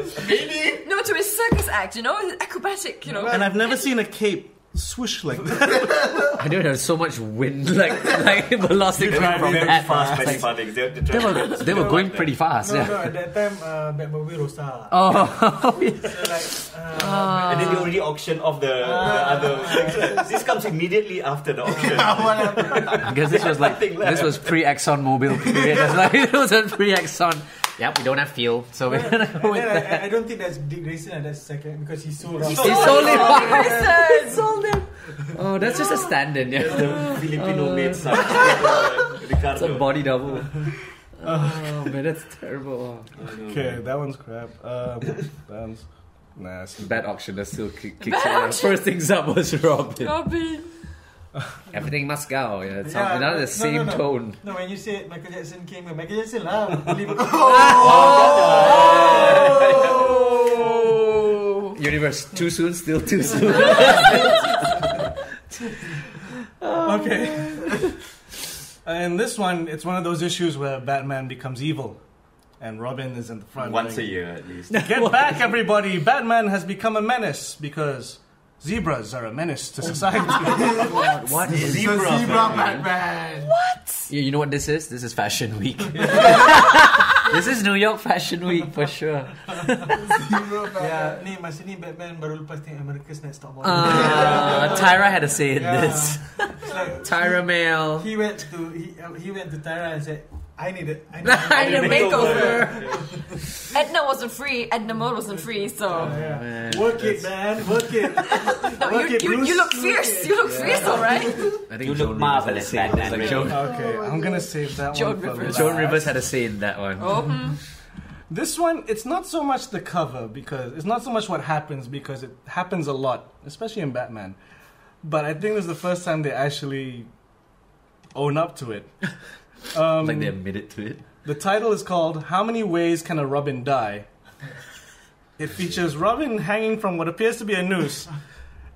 S5: No, to his circus act, you know, his acrobatic, you know.
S4: And I've never seen a cape swoosh like that.
S3: I don't have so much wind (laughs) like like velocity
S6: They
S3: coming
S6: were
S3: from
S6: very
S3: that.
S6: fast
S3: It's
S6: penny
S3: like-
S6: farthings. They, were- (laughs)
S3: they were they were going pretty fast,
S7: No,
S3: yeah.
S7: no, at that time, uh, Batmobile was uh,
S3: Oh,
S7: so like, uh,
S6: And then they already auctioned off the,
S2: Ah.
S6: the other. this comes immediately after the
S2: (laughs)
S6: auction.
S2: What happened?
S3: I guess this was like
S6: Nothing left.
S3: this was pre Exxon Mobil period. It's like (laughs) it was a pre Exxon. Yep, we don't have fuel, so (laughs) we're gonna go
S7: and
S3: with
S7: then
S3: that.
S7: I, I don't think that's Dick Grayson and that's second because he sold out.
S3: He
S5: Oh,
S3: sold
S5: Dick
S3: it.
S5: Grayson!
S3: (laughs) Oh, that's just a stand-in.
S6: There's
S3: Yeah,
S6: the Filipino made (laughs) son. uh,
S3: it's a
S6: Ricardo.
S3: body (laughs) double. Oh man, that's terrible.
S4: (laughs) Okay, that one's crap. Um, that one's. Nah, it's
S3: Bad auction that still ki- kicks
S5: Bad
S3: around.
S5: auction.
S3: First things up was Robin.
S5: Robin.
S3: Everything must go. Yeah, it's
S7: Yeah,
S3: not another
S7: no,
S3: the same
S7: no, no.
S3: tone.
S7: No, when you said Michael Jackson came, uh, Michael Jackson lah. Believe it.
S3: Universe, too soon, still too soon.
S4: Okay. and this one, it's one of those issues where Batman becomes evil, and Robin is in the front.
S6: Once a
S4: going,
S6: year at least.
S4: Get back, everybody! Batman has become a menace because zebras are a menace to society.
S3: what is?
S2: The
S6: Zebra
S2: zebra
S6: Batman.
S2: Batman.
S3: You, you know what this is? This is Fashion Week. this is New York Fashion Week for sure.
S2: Zebra
S7: Ya,
S2: Batman.
S7: ni masa ni Batman baru lepas tengok America's Next Top Model.
S3: Uh, Tyra had a say in
S7: Yeah.
S3: this.
S7: It's like,
S3: Tyra Mail.
S7: He went to he, uh, he went to Tyra and said, "I need it. I need it."
S5: I need a
S6: makeover.
S5: makeover. Edna wasn't free. Edna Mode wasn't free, so.
S7: Yeah. Work it, man. Work it.
S5: No,
S7: Work
S5: you,
S7: it,
S5: you,
S7: Bruce.
S5: you look fierce. You look fierce, alright?
S3: I think
S6: You
S3: Joan
S6: look
S3: Rivers
S6: marvelous,
S3: had a say.
S6: Batman.
S3: Like Joan,
S4: (laughs) okay, I'm gonna save that one
S5: Joan
S4: for
S5: Rivers.
S3: Joan
S4: last.
S3: Rivers had a say in that one.
S5: Oh, hmm.
S4: This one, it's not so much the cover because it's not so much what happens because it happens a lot, especially in Batman. But I think this is the first time they actually own up to it. Um,
S3: Like they admitted to it.
S4: The title is called How Many Ways Can a Robin Die? It features Robin hanging from what appears to be a noose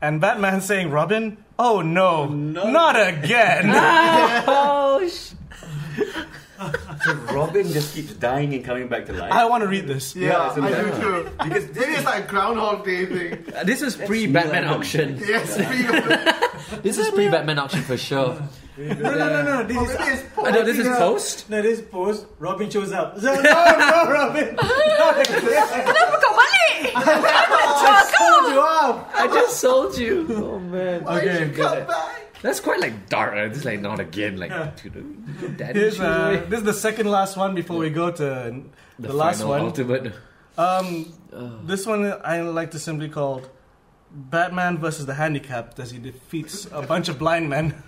S4: and Batman saying, Robin, oh no, not
S7: (laughs) Ah.
S4: again.
S3: Oh, sh-
S6: Robin just keeps dying and coming back to life.
S4: I want to read this.
S2: Yeah,
S6: isn't
S2: I
S6: that-
S2: do too.
S6: because
S2: Maybe it's like Groundhog Day thing.
S3: this was pre Batman (laughs) auction.
S2: Yes, pre-
S3: This is pre Batman auction for sure.
S7: No, no, no, no. This
S2: or
S7: is
S2: maybe it's
S3: I know this is
S7: Yeah.
S3: post.
S7: no, this post. Robin shows up. So, no, no, Robin.
S5: Kenapa kau balik?
S7: I sold you up.
S3: I just sold you. Oh man.
S2: Why did you come back?
S3: That's quite like dark. Right? It's like not again. Like dude, your dad
S4: Here's, uh,
S3: away.
S4: this is the second last one before we go to the, last
S3: final
S4: one.
S3: Ultimate.
S4: Um, this one I like to simply called Batman versus the Handicapped as he defeats a bunch of blind men. (laughs)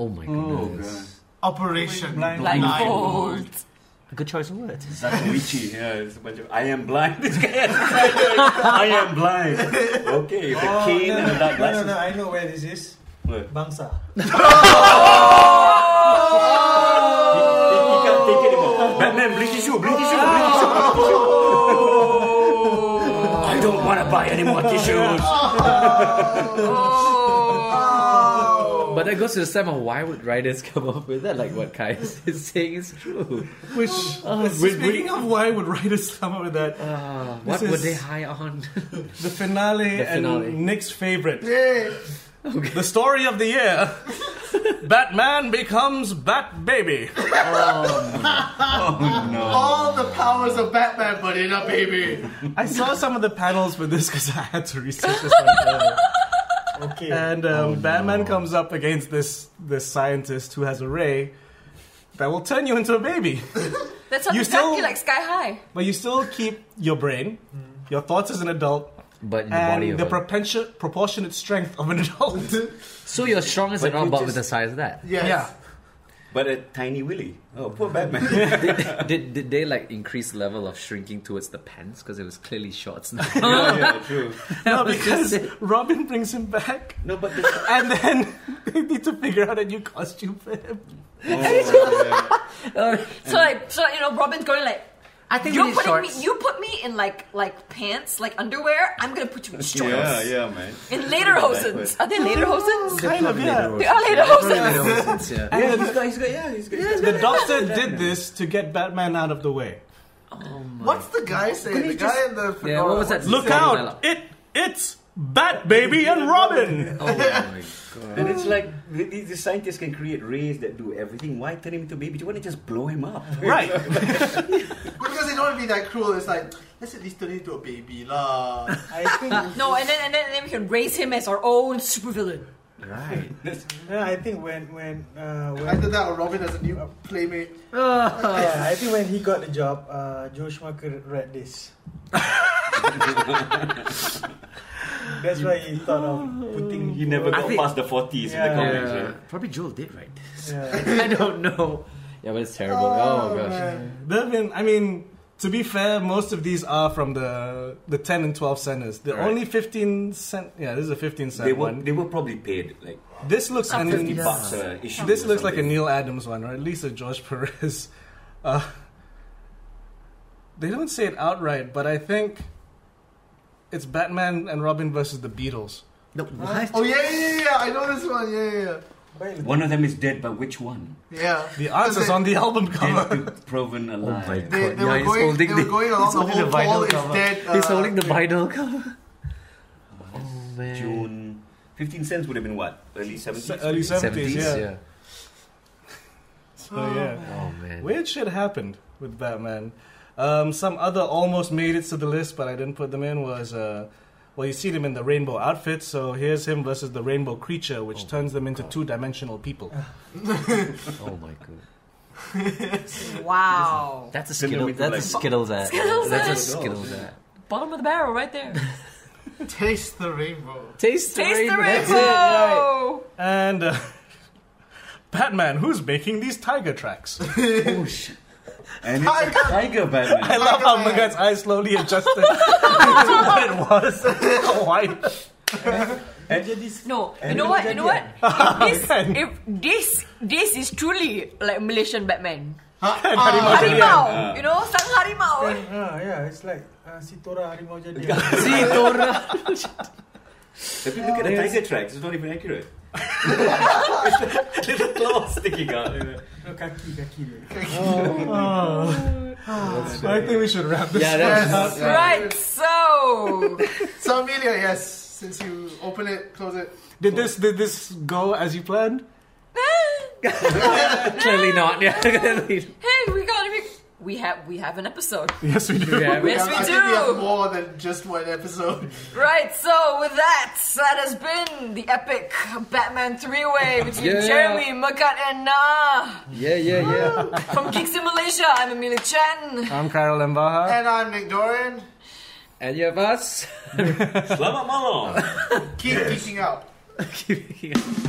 S3: Oh my
S6: Oh,
S3: goodness.
S6: God.
S2: Operation
S7: Blind-
S5: Blindfold.
S8: Good choice of words.
S6: Zatoichi. yeah, it's a bunch of. I am blind. (laughs) This guy has a sign like, I am blind. Okay, with a cane
S7: no,
S6: and
S7: no,
S6: dark
S7: no, no,
S6: glasses.
S7: no, I know where this is.
S6: What?
S7: Bangsa.
S6: He, he, he can't take it anymore. Batman, blink his shoe, blink his shoe, blink his shoe. blink his shoe. I don't want to buy any more tissues.
S3: But that goes to the stem of why would writers (laughs) come up with that? Like what Kai is (laughs) is saying is true.
S4: Which, speaking of why would writers come up with that,
S3: Ah, what
S4: This
S3: were
S4: is-
S3: they high on? (laughs)
S4: the finale,
S3: The finale.
S4: and Nick's favorite,
S2: Yay!
S4: the story of the year, (laughs) Batman becomes Bat Baby.
S2: All the powers of Batman, but in a baby.
S4: I saw some of the panels for this because I had to research this one. earlier.
S7: Okay.
S4: And um, Batman comes up against this this scientist who has a ray that will turn you into a baby,
S5: That sounds
S4: You
S5: exactly
S4: still-
S5: like Sky High.
S4: but you still keep your brain, your thoughts as an adult,
S3: But in the body
S4: and
S3: of
S4: the
S3: a-
S4: propension, proportionate strength of an adult.
S3: So you're strong as an
S6: But you
S3: robot with the
S6: just-
S3: size of that.
S2: Yes.
S4: Yeah.
S6: But a tiny willy. Oh, poor (laughs) Batman.
S3: Did, did, did they like increase the level of shrinking towards the pants because it was clearly shorts now?
S6: yeah, yeah, true.
S4: No,
S3: was (laughs)
S4: because
S3: just
S4: Robin brings him back,
S6: No, but (laughs) the,
S4: and then (laughs) they need to figure out a new costume for him.
S6: Oh, (laughs)
S3: Oh,
S5: So like, so you know, Robin's going like,
S3: I think
S5: you're putting me, you put me in like like pants, like underwear. I'm gonna put you in shorts.
S6: yeah, yeah, man.
S5: In later hosens. Are they later hosens?
S4: Kind of, yeah.
S5: They are later hosens.
S3: yeah.
S4: And
S6: He's got, he's got, yeah, he's got.
S4: the doctor did this to get Batman out of the way.
S2: What's the guy saying? The guy in the
S3: Yeah, what was that?
S4: Look out! It it's Bat Baby and Robin. (laughs)
S3: Oh my god.
S6: And it's like the, the, the scientists can create rays that do everything. Why turn him into baby? Do you want to just blow him up?
S4: Right.
S2: But because they don't want to be that cruel, it's like let's at least turn it into a baby lah.
S7: I
S6: (laughs)
S7: think
S5: No, and then and then, and then we can raise him as our own supervillain.
S6: Right. That's,
S7: no, I think when when uh,
S6: (laughs)
S7: when
S2: Either that or Robin as a new playmate.
S6: Oh,
S7: yeah, I think when he got the job, uh, Joe Schumacher read
S6: (laughs)
S7: this. That's why he thought of putting.
S6: he never
S3: I
S6: got
S3: think-
S6: past the 40s in
S7: Yeah.
S6: the comics, right?
S3: Probably Joel did right. (laughs)
S6: (laughs)
S7: Yeah.
S3: I don't know. Yeah, but it's terrible. Oh, gosh.
S4: They've been- I mean, to be fair, most of these are from the the ten and twelve centers. The
S3: Right.
S4: only fifteen cent. Yeah, this is a fifteen cent
S6: They were,
S4: one.
S6: they were probably paid like
S4: This looks
S6: 50
S4: and
S6: bucks a issue.
S4: this
S6: or
S4: looks like a
S6: something.
S4: Neil Adams one, or at least a George (laughs) Perez. Uh, they don't say it outright, but I think it's Batman and Robin versus the Beatles.
S3: No, what?
S2: Oh yeah, yeah, yeah, yeah. I know this one. Yeah, yeah, yeah.
S6: One of them is dead, but which one?
S2: Yeah.
S4: The answer's on the album
S6: Dead
S4: cover.
S6: to proven alive.
S3: my
S2: They, they
S3: Yeah,
S2: were
S3: he's
S2: going. They
S3: holding
S2: were
S3: the-
S2: going along
S3: he's
S2: the
S3: holding
S2: whole
S3: the vinyl
S2: Paul is
S3: cover.
S2: dead.
S3: He's
S2: uh,
S3: holding the (laughs) vinyl cover. Oh man.
S6: June. 15 cents would have been what? Early 70s?
S4: Early seventies,
S3: 70s,
S4: yeah.
S3: yeah.
S4: So yeah.
S3: Oh man.
S4: Weird shit happened with Batman. Um, some other almost made it to the list, but I didn't put them in. Was uh, well, you see them in the rainbow outfit. So here's him versus the rainbow creature, which turns them into two-dimensional people.
S3: Oh my god.
S5: Wow.
S3: That's a
S6: Then
S3: Skittle.
S6: we do
S3: That's a
S6: like-
S3: Skittles ad.
S5: Skittles
S3: That's a
S5: ad.
S3: Skittles ad.
S5: Bottom of the barrel right
S3: (laughs)
S5: there.
S2: Taste the rainbow.
S3: Taste the
S5: Taste the
S3: rainbow. That's
S5: (laughs) rainbow.
S4: And uh, (laughs) Batman, who's making these tiger tracks?
S6: Oh, shit. And it's a tiger
S4: (laughs) I
S6: Batman.
S4: love how Mugat's eyes slowly adjusted to what it was. (laughs) Why?
S5: No, you know what? You know what? If this, if this, this is truly like Malaysian Batman. Harimau, you know, sang harimau.
S7: (laughs) Ah, yeah, it's like uh, si Tora Harimau
S6: (laughs)
S7: jadi.
S3: it. Tora.
S6: If you look at the tiger tracks, it's not even accurate. (laughs) It's like little claws sticking out. you know.
S7: No, kaki, kaki dia.
S4: I think we should wrap this.
S3: Yeah, that's
S5: Right, so (laughs)
S2: So Amelia, yes. Since you open it, close it.
S4: Did this did this go as you planned?
S3: clearly not. (laughs) Yeah, clearly.
S5: hey, we got we, we have we have an episode.
S4: Yes, we do.
S3: Yeah,
S5: Yes,
S2: I,
S5: we
S2: I think we have
S5: do.
S2: more than just one episode.
S5: Right, so with that, that has been the epic Batman three-way between
S3: Yeah.
S5: Jeremy, Makat, and Nah.
S3: yeah, yeah. yeah.
S5: From Geeks in Malaysia, I'm Amelia Chen.
S4: I'm Carol Mbaha.
S2: And I'm Nick Doran.
S3: And you have us.
S6: Selamat malam.
S2: Keep geeking out.
S3: Keep-